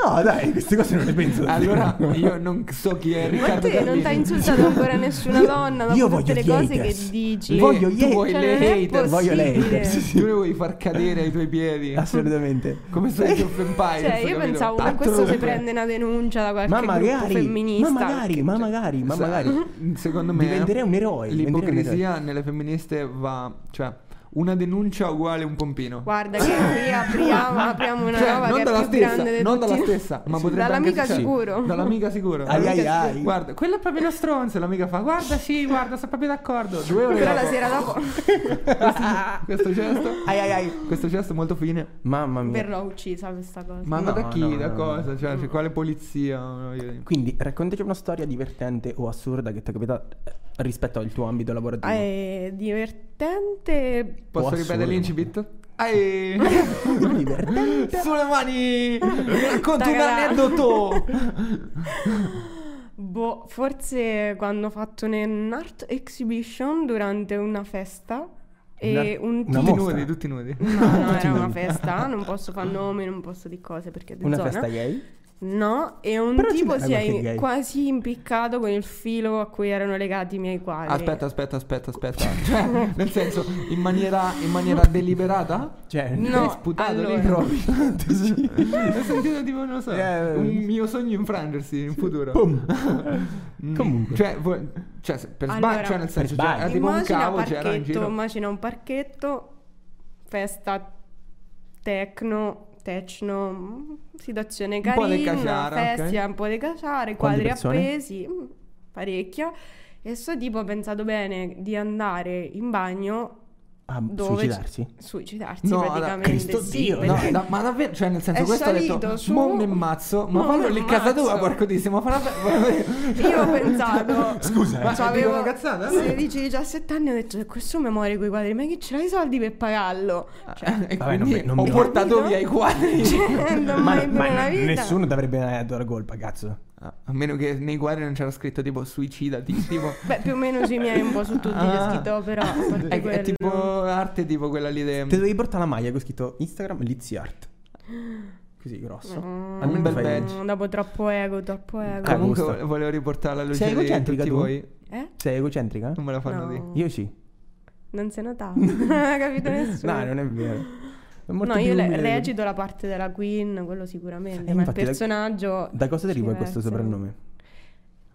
no, dai, queste cose non le penso.
Allora, io non so chi è
Ma
Riccardo.
te non
Carlini.
ti ha insultato ancora nessuna donna dopo
io
tutte
voglio
le
gli
cose
haters.
che dici.
Voglio gli
Tu vuoi
Cioè,
le
non è
haters,
voglio le
possibile.
haters, sì,
Tu le vuoi far cadere ai tuoi piedi.
Assolutamente.
Come Strange of Empires.
Cioè, io
capito?
pensavo che
Tanto
questo
lo-
si prende una denuncia da qualche
Ma
gruppo
magari, ma
femminista.
magari, ma magari, ma
Sa-
magari.
Secondo me.
Diventerei un eroe, diventerei un eroe.
L'ipocrisia nelle femministe va. Cioè, una denuncia uguale un pompino.
Guarda che qui apriamo, apriamo una
Cioè,
roba
non
che
dalla
è più
stessa,
grande di
non
tutti.
dalla stessa, ma potrebbe
Dall'amica
anche succedere.
sicuro.
Dall'amica sicuro.
Ai, ai,
L'amica-
ai.
Guarda, quello è proprio lo stronzo, l'amica fa. Guarda, sì, guarda, sono proprio d'accordo. Due ore
Però la
dopo.
sera dopo
Questo gesto.
Ai, ai, ai.
Questo gesto è molto fine.
Mamma mia.
verrò uccisa questa cosa.
Ma
No,
da chi?
no,
da
no,
cosa? Cioè, c'è quale polizia? Non voglio dire.
Quindi raccontaci una storia divertente o assurda che ti è capitata eh, rispetto al tuo ambito lavorativo.
È divertente.
Posso
assurdo.
ripetere l'incipit? Ai.
divertente.
Sulle mani! Racconto un
Tagada.
aneddoto!
Boh, forse quando ho fatto un art exhibition durante una festa e
Una-
un
una
Tutti
tipo
mostra.
nudi, tutti nudi.
No, no, era una festa, non posso fare nomi, non posso dire cose perché è di
Una
zona.
festa gay?
No, e un
Però ci
tipo
n'era
si
qualche
è
gay.
quasi impiccato con il filo a cui erano legati i miei quadri.
Aspetta, aspetta, aspetta, aspetta. Cioè, nel senso, in maniera, in maniera deliberata?
Cioè,
No,
Hai sputato lì?
allora.
Ho sentito tipo, non lo so,
Eh.
un mio sogno infrangersi in futuro.
Pum.
Mm.
Comunque.
Cioè, vo- cioè, se- per sbaglio,
Allora.
cioè nel
Per
senso, cioè,
sbaglio.
era tipo un
immagina
cavo, c'era in
parchetto,
giro.
immagina un parchetto, festa tecno, techno, mm, situazione
po' di
carina,
caciara,
festa,
ok.
un po' di caciare,
Quante
quadri
persone?
appesi, mm, parecchia. E sto tipo ha pensato bene di andare in bagno
a
Dove
Ah, suicidarsi?
Suicidarsi
Mm, No,
praticamente.
Cristo
sì,
Dio,
No,
perché-
no, ma davvero, cioè nel senso
È
questo ha detto,
salito su-
mo mi ammazzo, ma
Mo
fallo
mi
lì in casa
ammazzo."
tua, porco di se, ma fa una-
Io ho pensato.
Scusa, eh.
Ma
cioè,
dico
avevo
una cazzata?
16-17 anni ho detto, questo me muore quei quadri, ma che ce l'hai i soldi per pagarlo?
Vabbè, non
e Cioè, quindi
mi- non
ho
mi-
portato
Capito?
via i quadri.
Cioè, non
ma,
mai più
ma
nella vita.
nessuno ti avrebbe dato la colpa, cazzo.
Ah, A meno che nei quadri non c'era scritto tipo suicidati, tipo...
Beh, più o meno sui miei un po' su tutti
Ah.
c'è scritto, però... a parte
È,
quello-
è tipo arte tipo quella lì
Te
de...
Cioè, devi portare la maglia che ho scritto Instagram Lizzy Art. Così grosso.
Mm,
Almeno
un bel
fai-
badge.
mm, dopo troppo ego, troppo ego.
Ah.
Comunque
gusta.
volevo riportarla alla luce
Sei
di
egocentrica
tutti
tu?
voi.
Eh?
Sei egocentrica?
Non me la fanno
No. Oh,
dire.
Io sì.
Non si notava. non ha capito nessuno.
No, non è vero. È molto
no,
più
io le-
umile.
recito la parte della Queen, quello sicuramente,
Eh,
ma il
infatti, da-
personaggio...
Da cosa
ci
deriva
deve
questo
essere.
soprannome?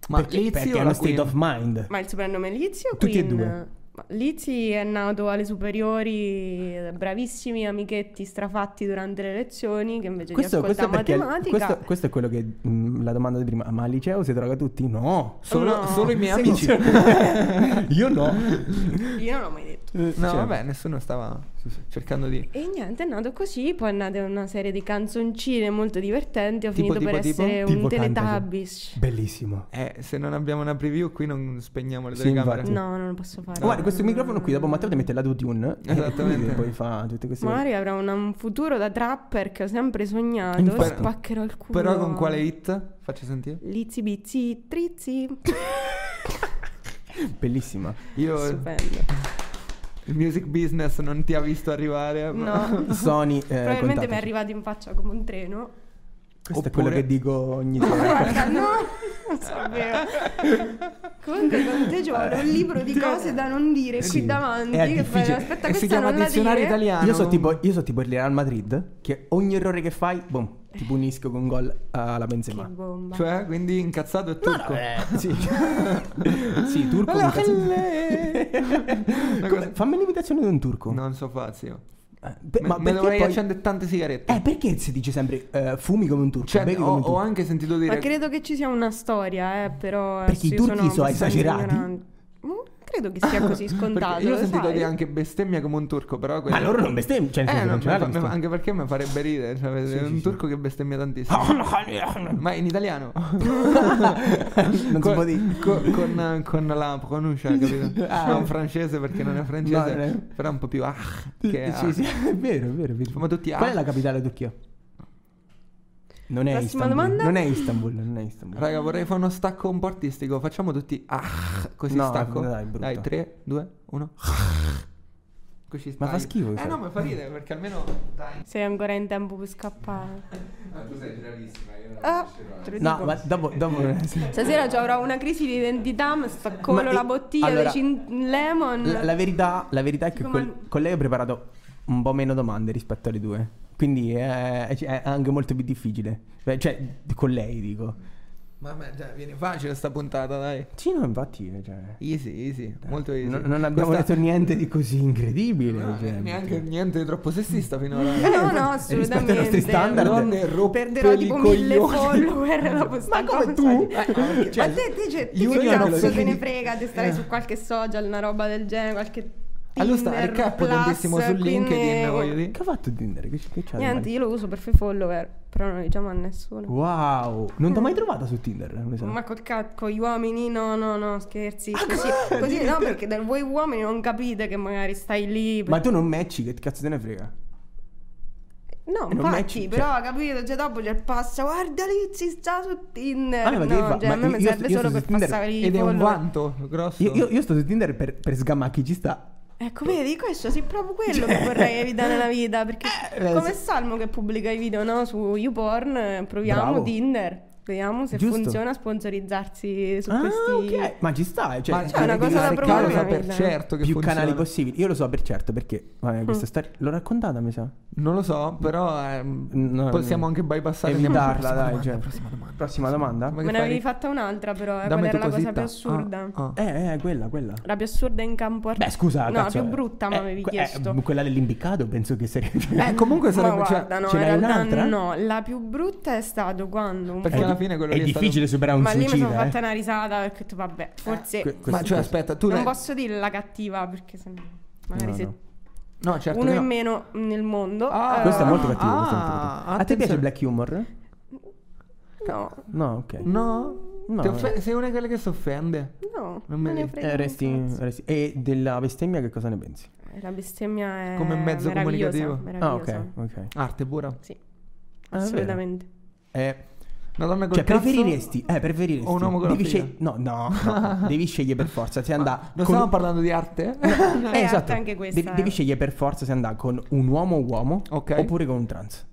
Ma
perché,
Lizzy
perché
o
è
la
uno state
Queen?
of mind.
Ma il soprannome Lizzy o
Tutti e
Queen?
due.
Ma Lizzy è nato alle superiori, eh, bravissimi amichetti strafatti durante le lezioni, che invece
Questo,
di
questo è
ascoltare
perché
matematica...
questo, questo è quello che mh, la domanda di prima, ma al liceo si droga tutti? No,
Solo,
No.
solo i miei
Sembra-
amici.
io no.
Io non l'ho mai detto.
Eh,
No,
cioè,
vabbè, nessuno stava cercando di...
E niente, è nato così, poi è nata una serie di canzoncine molto divertenti, ho
Tipo,
finito
tipo,
per
tipo?
essere
Tipo
un
cantati.
Teletubbies.
Bellissimo.
Eh, se non abbiamo una preview qui non spegniamo le
Sì,
telecamere.
infatti.
No, non lo posso fare.
Guarda, questo microfono qui dopo Matteo ti mette l'autotune eh, e
Esattamente.
poi fa tutte queste
Magari avrò un, un futuro da trapper che ho sempre sognato.
Infatti.
Spaccherò il culo.
Però con quale hit? Faccio sentire.
Lizzi, bizzi, trizzi.
Bellissima.
Io
Stupendo.
il music business non ti ha visto arrivare. ma-
No.
Sony eh,
Probabilmente mi è
contattaci.
arrivato in faccia come un treno.
Questo è
Oppure-
quello che dico ogni giorno.
Guarda, no, non sapevo. Comunque con te giuro, un libro di cose da non dire
Sì.
qui davanti.
È
Che fai,
difficile.
aspetta,
E si
questa
chiama
non la
dizionario
dire.
italiano.
Io so tipo, io so tipo il Real Madrid che ogni errore che fai, boom, ti punisco con gol alla
Che
Benzema.
bomba.
Cioè, quindi incazzato e turco.
eh, sì. sì, turco.
Allora,
un cazzo-
lei-
Come-
Una cosa-
Fammi l'imitazione di un turco.
Non so farsi io.
Eh, per-
Me-
ma
me
perché
dovrei
poi-
accendere tante sigarette.
Eh, perché si dice sempre eh, fumi come un turco?
Cioè,
bevi
ho,
come un
ho
turco?
anche sentito dire.
Ma credo che ci sia una storia, eh, però... eh,
Perché i
sì,
turchi
sono
sono
abbastanza
esagerati.
ignorante. Mm, Credo che sia così
perché
scontato.
Io ho
lo
sentito
sai?
dire anche bestemmia come un turco, però.
Ma
quello-
loro non bestemmiano. Cioè,
Eh, no,
non
mi fa- mi fa- anche perché mi farebbe ridere. Cioè, vedere
sì,
un
sì.
turco che bestemmia tantissimo. Ma in italiano?
non si
con,
può dire.
co- con, eh, con la pronuncia, capito?
Ah.
non francese perché non è francese,
No, no.
però è un po' più ah. Che ah.
Sì, sì, è vero, è vero. è vero.
Ma tutti
Qual è
ah.
la capitale turchia? Non è,
Prossima
Istanbul.
domanda?
non è Istanbul, non è Istanbul.
Raga, vorrei fare uno stacco un po' artistico. Facciamo tutti ah. Così
No,
stacco.
dai, brutto.
3, 2, 1. Così
Ma fa
stacchi.
schifo,
Eh,
sai.
no, ma fa ridere perché almeno. Dai.
Sei ancora in tempo per scappare.
Ma Ah, tu sei bravissima. Io
Ah, te lo
No,
dico.
ma dopo... dopo
Stasera già avrò una crisi di identità, mi
Ma
staccolo
e-
la bottiglia
allora,
di cin- lemon.
La, la verità, la verità è che
Dico,
col-
ma-
con lei ho preparato un po' meno domande rispetto alle due. Quindi è, è anche molto più difficile. Beh, Cioè, con lei dico.
Mamma, già, viene facile sta puntata, dai.
Sì, no, infatti. Cioè,
Easy, easy. Molto easy.
non, non abbiamo
Questa-
detto niente di così incredibile.
No, eh,
cioè.
neanche niente di troppo sessista finora.
Eh, no, no,
E rispetto ai nostri
assolutamente.
standard.
Donne, rompeli
Perderò tipo mille
coglioni.
follower dopo sta
Ma come
cosa. Cioè,
tu?
Ma te, te, cioè, te
Io
che
non lo so.
cazzo te ne frega di stare su qualche social, una roba del genere, qualche
Allora sta
Tinder
Ricca è
Plus,
potentissimo su
quindi-
LinkedIn, voglio dire.
Che ha fatto Tinder? Che, che c'ha di
Niente,
male?
io lo uso per fare follower, però non lo diciamo a nessuno.
Wow, non ti ho
Eh.
mai trovata su Tinder? mi sa.
Ma col cazzo, con gli uomini, no, no, no, scherzi. Così, così no, perché da voi uomini non capite che magari stai lì. per-
Ma tu non matchi, che cazzo te ne frega?
no,
non
infatti,
match,
però capito, cioè dopo c'è il passa, guarda lì, si sta su Tinder.
Ah, ma che
no,
fa?
cioè,
Ma
a me
io-
mi
io
serve
sto
solo
su
per
Tinder
passare i
Ed è un
follower.
vanto grosso.
Io, io, io sto su Tinder per, per sgamare chi ci sta.
Ecco, vedi, questo sì, proprio quello che vorrei evitare nella vita. Perché
Cioè. eh,
come
sì.
Salmo che pubblica i video no, su YouPorn, eh, proviamo
Bravo.
Tinder. Vediamo se
Giusto.
funziona sponsorizzarsi su
Ah,
questi.
ok. Ma ci sta, cioè,
Ma
ci
è una
devi
cosa da
fare
provare,
causa
veramente.
per certo che
più
funziona. Mm.
canali possibili. Io lo so per certo perché vabbè, questa storia l'ho raccontata, mi sa.
Non lo so, però ehm,
No,
possiamo
no.
anche bypassare
Evitarla,
Andiamo alla
dai. cioè.
prossima domanda, prossima domanda.
Prossima domanda?
Ma
Me
che
ne
fai?
avevi fatta un'altra, però. Eh,
Dammi
quella
tu
era la cosa
così,
più
ta-
assurda.
ah, ah.
Eh, eh, quella, quella.
La più assurda in campo ar-
Beh, scusa,
No, la
cazzo,
più brutta, ma
eh,
avevi
que- eh,
chiesto.
quella dell'imbiccato, penso che sarebbe
Eh, comunque
ma
sarebbe... cioè,
guarda, no,
ce
in
n'hai
realtà
un'altra?
no. La più brutta è stato quando. un
Perché
po'-
alla fine quello
è
lì è stato-
difficile superare un
Ma lì mi
suicida,
sono
eh.
fatta una risata perché ho detto, vabbè, forse.
Que- questo-
Ma cioè, aspetta, tu...
non
l'hai-
posso dire la cattiva perché se no. Magari
No,
se
no.
No, certo.
uno
no.
in meno nel mondo.
Ah,
Eh,
Questo è molto cattivo.
Ah,
questo è molto cattivo. A te piace
attenzione.
il black humor?
No,
No, ok.
No?
No,
Ti
eh.
offe- sei una di quelle che si offende.
no,
Non me
non
ne-
ne frega.
Eh,
un
resti,
cazzo. Eh,
resti- E della bestemmia che cosa ne pensi?
La bestemmia è
Come mezzo
meravigliosa,
comunicativo.
Ah,
meravigliosa.
ok, ok.
Arte pura.
Sì,
Ah, è
assolutamente.
Eh,
Una donna col
cioè,
cazzo
preferiresti, eh, preferiresti.
o un uomo con la
devi
figa?
sceg- No, no, no, devi scegliere per forza. Se andà
Non
con-
stiamo parlando di arte?
Eh,
Eh, esatto.
anche questa,
Devi,
eh.
devi scegliere per forza se andare con un uomo uomo
Ok.
oppure con un trans.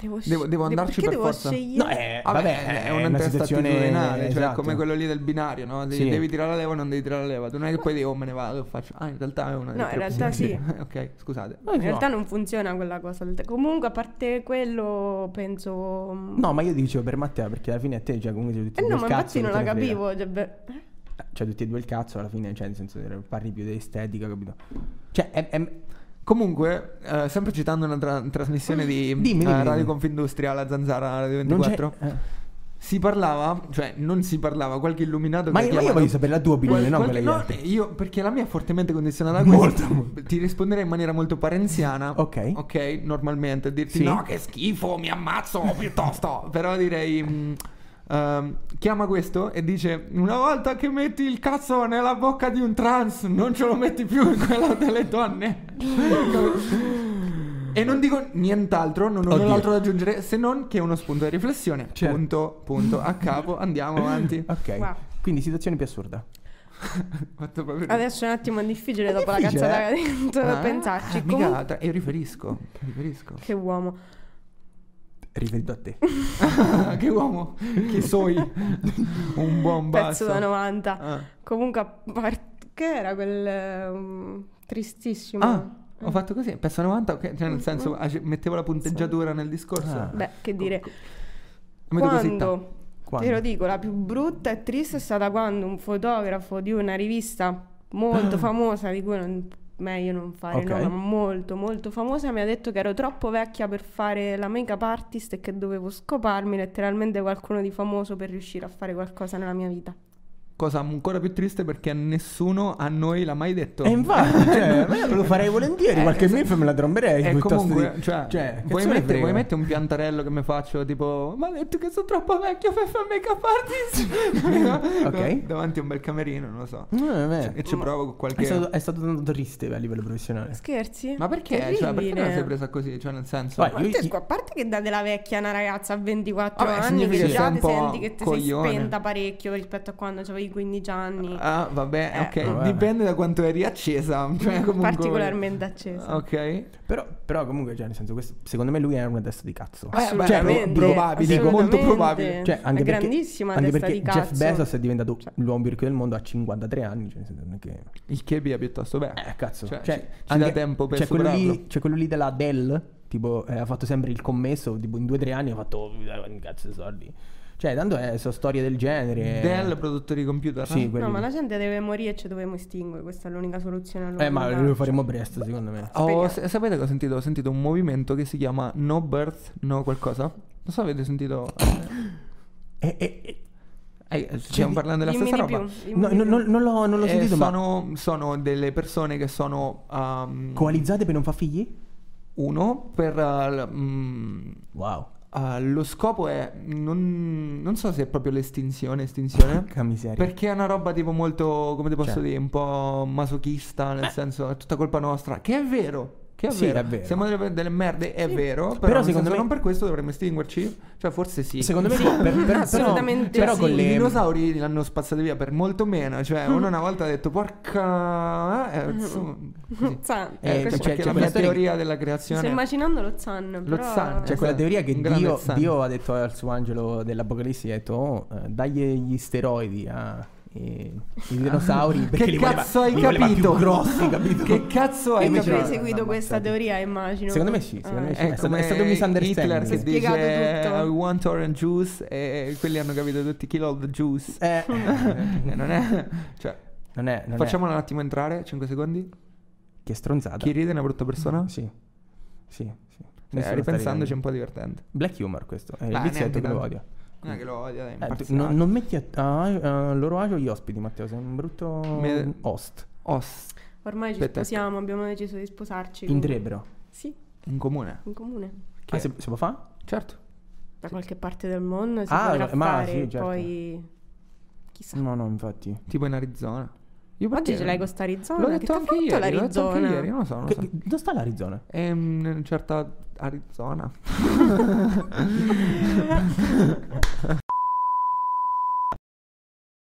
Devo, sce-
Devo- devo andarci
perché
per
devo
forza?
scegliere?
No, eh,
Vabbè,
vabbè,
è una, testa attitudinale, cioè
esatto.
come quello lì del binario, no? Devi,
Sì.
devi tirare la leva o non devi tirare la leva. Tu non è che poi dici, oh me ne vado, faccio... Ah, in realtà è una...
No, in realtà sì.
ok, scusate.
Ma
In
no.
realtà non funziona quella cosa. del te- Comunque, a parte quello, penso.
No, ma io dicevo per Matteo perché alla fine a te, cioè, comunque siete tutti
Eh
e
no,
due
ma
il cazzo.
infatti non la
te ne frega.
capivo. Cioè, beh,
Cioè, tutti e due il cazzo alla fine, cioè, nel senso, parli più dell'estetica, capito? Cioè, è- è-
Comunque, eh, sempre citando una tra- trasmissione di
Dimmi,
eh,
dimmi,
Radio
dimmi.
Confindustria, la Zanzara, Radio
non c'è.
24,
eh.
si parlava, cioè non si parlava, qualche illuminato...
Ma io,
che ha
ma io
chiamato-
voglio sapere
Mm,
la tua opinione,
Qual-
no?
qualche-
Quella
no,
che-
io perché la mia è fortemente condizionata a
Molto,
questa. Ti risponderei in maniera molto parenziana.
Ok.
Ok, normalmente dirti
Sì.
no che schifo, mi ammazzo piuttosto. Però direi mm, ehm, chiama questo e dice una volta che metti il cazzo nella bocca di un trans non ce lo metti più in quella delle donne. E non dico nient'altro, non ho
Oddio.
null'altro da aggiungere se non che uno spunto di riflessione.
Certo.
Punto, punto, a capo, andiamo avanti.
Ok.
Wow.
Quindi situazione più assurda.
Fatto proprio
adesso è un attimo difficile dopo
difficile,
la cazzata
eh?
che hai detto.
Ah,
pensarci.
mica
Comunque-
tra- io riferisco, riferisco.
Che uomo.
Riferito a te.
Ah,
che uomo, che soi. Un buon
Pezzo
basso.
da 90.
Ah,
Comunque, a par- che era quel ehm, tristissimo?
Ah, ho fatto così, pezzo 90, ok, cioè nel senso ace- mettevo la punteggiatura nel discorso.
Ah.
Beh, che dire,
La metto così, ta.
quando,
Quando?
te lo dico, la più brutta e triste è stata quando un fotografo di una rivista molto famosa, di cui non, meglio non fare il
Ok.
nome, ma molto molto famosa, mi ha detto che ero troppo vecchia per fare la make-up artist e che dovevo scoparmi letteralmente qualcuno di famoso per riuscire a fare qualcosa nella mia vita.
Cosa ancora più triste perché nessuno a noi l'ha mai detto.
E Eh, infatti, cioè, ma io lo farei volentieri. Qualche MIF me la tromberei.
E
Eh, piuttosto
Eh, comunque,
di-
cioè,
che
vuoi,
se ne
mettere,
frega?
vuoi mettere un piantarello che mi faccio tipo, ma ha detto che sono troppo vecchio per fare make-up artist?
Ok.
Davanti a un bel camerino, non lo so.
No, Eh, vabbè.
E ci provo con qualche...
È stato, è stato tanto triste a livello professionale.
Scherzi?
Ma perché? Cioè, perché non sei presa così? Cioè, nel senso.
Vai.
Ma
Io-
te,
io-
scu- a parte che date la vecchia a una ragazza a 24
Vabbè,
anni che
significa che sei
già
un
ti
po'
senti che ti
coglione.
sei spenta parecchio rispetto a quando avevi 15 anni.
Ah, vabbè,
Eh,
ok.
vabbè.
Dipende da quanto eri accesa. Cioè, comunque...
Particolarmente accesa.
Ok.
Però, però comunque, cioè, nel senso, questo- secondo me lui era una testa di cazzo.
Assolutamente.
Cioè,
Assolutamente.
probabile,
Assolutamente.
molto
probabile.
Cioè, anche
Una
perché,
grandissima
anche
testa
perché
di cazzo. Cioè.
Jeff Bezos è diventato l'uomo più ricco del mondo a 53 anni. Cioè, nel senso, non è che.
Il Kebi è piuttosto bene.
Eh, cazzo.
Eh, Cioè,
Cioè,
ci- ci
anche-
dà tempo per
cioè, quello lì,
superarlo.
cioè, quello lì della Dell, tipo, eh, ha fatto sempre il commesso, tipo, in 2-3 anni ha fatto eh, cazzo di soldi. Cioè, tanto è, sono storie del genere.
Dell, produttore di computer. eh?
Sì,
no?
quelli.
No, ma la gente deve morire e ci dovremmo estinguere. Questa è l'unica soluzione allora.
Eh, ma lo faremo presto, secondo me.
Oh,
Speriamo.
s- sapete che ho sentito? Ho sentito un movimento che si chiama No Birth, No qualcosa. Non so, avete sentito?
Eh, eh, eh,
Eh, stiamo parlando della stessa roba.
no, no, no, non l'ho, non l'ho
Eh,
sentito, ma.
sono, sono delle persone che sono um,
Coalizzate per non far figli?
uno per uh, l- mm,
Wow.
Ah, lo scopo è. Non, non so se è proprio l'estinzione, estinzione.
Porca miseria.
Perché è una roba tipo molto, come ti posso
Cioè. Eh.
dire, un po' masochista, nel senso è tutta colpa nostra, che è vero. Che è,
Sì,
vero.
è vero.
Siamo delle, delle merde, è vero. Però,
Però
nel
secondo
senso,
me-
non per questo dovremmo estinguerci. Cioè, forse sì.
Secondo me per- per- però-
Assolutamente
però
sì.
con
I
le
dinosauri l'hanno spazzata via per molto meno. Cioè, uno una volta ha detto, porca. eh, su- così.
Eh,
Eh, questa
cioè,
è
c'è
la
quella
mia
storia-
teoria della
Sto
creazione.
immaginando lo zan.
Lo
però-
zan,
C'è
cioè,
quella teoria che
Un grande
Dio,
esempio.
Dio ha detto al suo angelo dell'Apocalisse, ha detto, oh, eh, dagli gli steroidi a... eh, I dinosauri perché
Che
li voleva-
cazzo hai
li voleva
capito?
più grossi, capito?
Che cazzo hai
Quindi
invece
avrei
no,
seguito
no,
questa
ammazzati.
teoria, immagino. Ah,
Secondo me sì, secondo me sì.
Eh,
È stato-
come
è stato un misunderstanding.
Hitler che
Si
è spiegato
dice
tutto.
I want orange juice e quelli hanno capito tutti kill all the juice.
Eh,
Eh, non è... Cioè,
non è, non è.
facciamolo un attimo entrare, 5 secondi.
Che stronzata.
Chi ride è una brutta persona?
Sì. Sì, sì. Nessuno
Eh,
sta
ripensandoci è un
ridendo.
po' divertente.
Black humor questo. È il
Dai,
vizietto
neanche
che lo
tanto.
odio.
Non è che lo odia, dai,
Eh, tu-
imparziale.
non, non metti a, a, a loro agio gli ospiti, Matteo. Sei un brutto
Me-
host.
Os.
Ormai ci
Aspetta.
sposiamo, abbiamo deciso di sposarci.
In
con-
Drebero.
Sì,
In comune.
in comune.
Ah, si, si può fare?
Certo.
Da qualche parte del mondo si
Ah,
potrà
ma
fare
sì, certo. Mm.
poi... Chissà.
No, no, infatti.
Tipo in Arizona. Io
Oggi
perché-
ce l'hai con sta Arizona?
L'ho
Che
detto
t'ha
anche
fatto
ieri. L'ho detto
l'Arizona?
anche ieri. Non lo so, non lo
Che-
so.
che- dove sta l'Arizona?
È in una certa Arizona.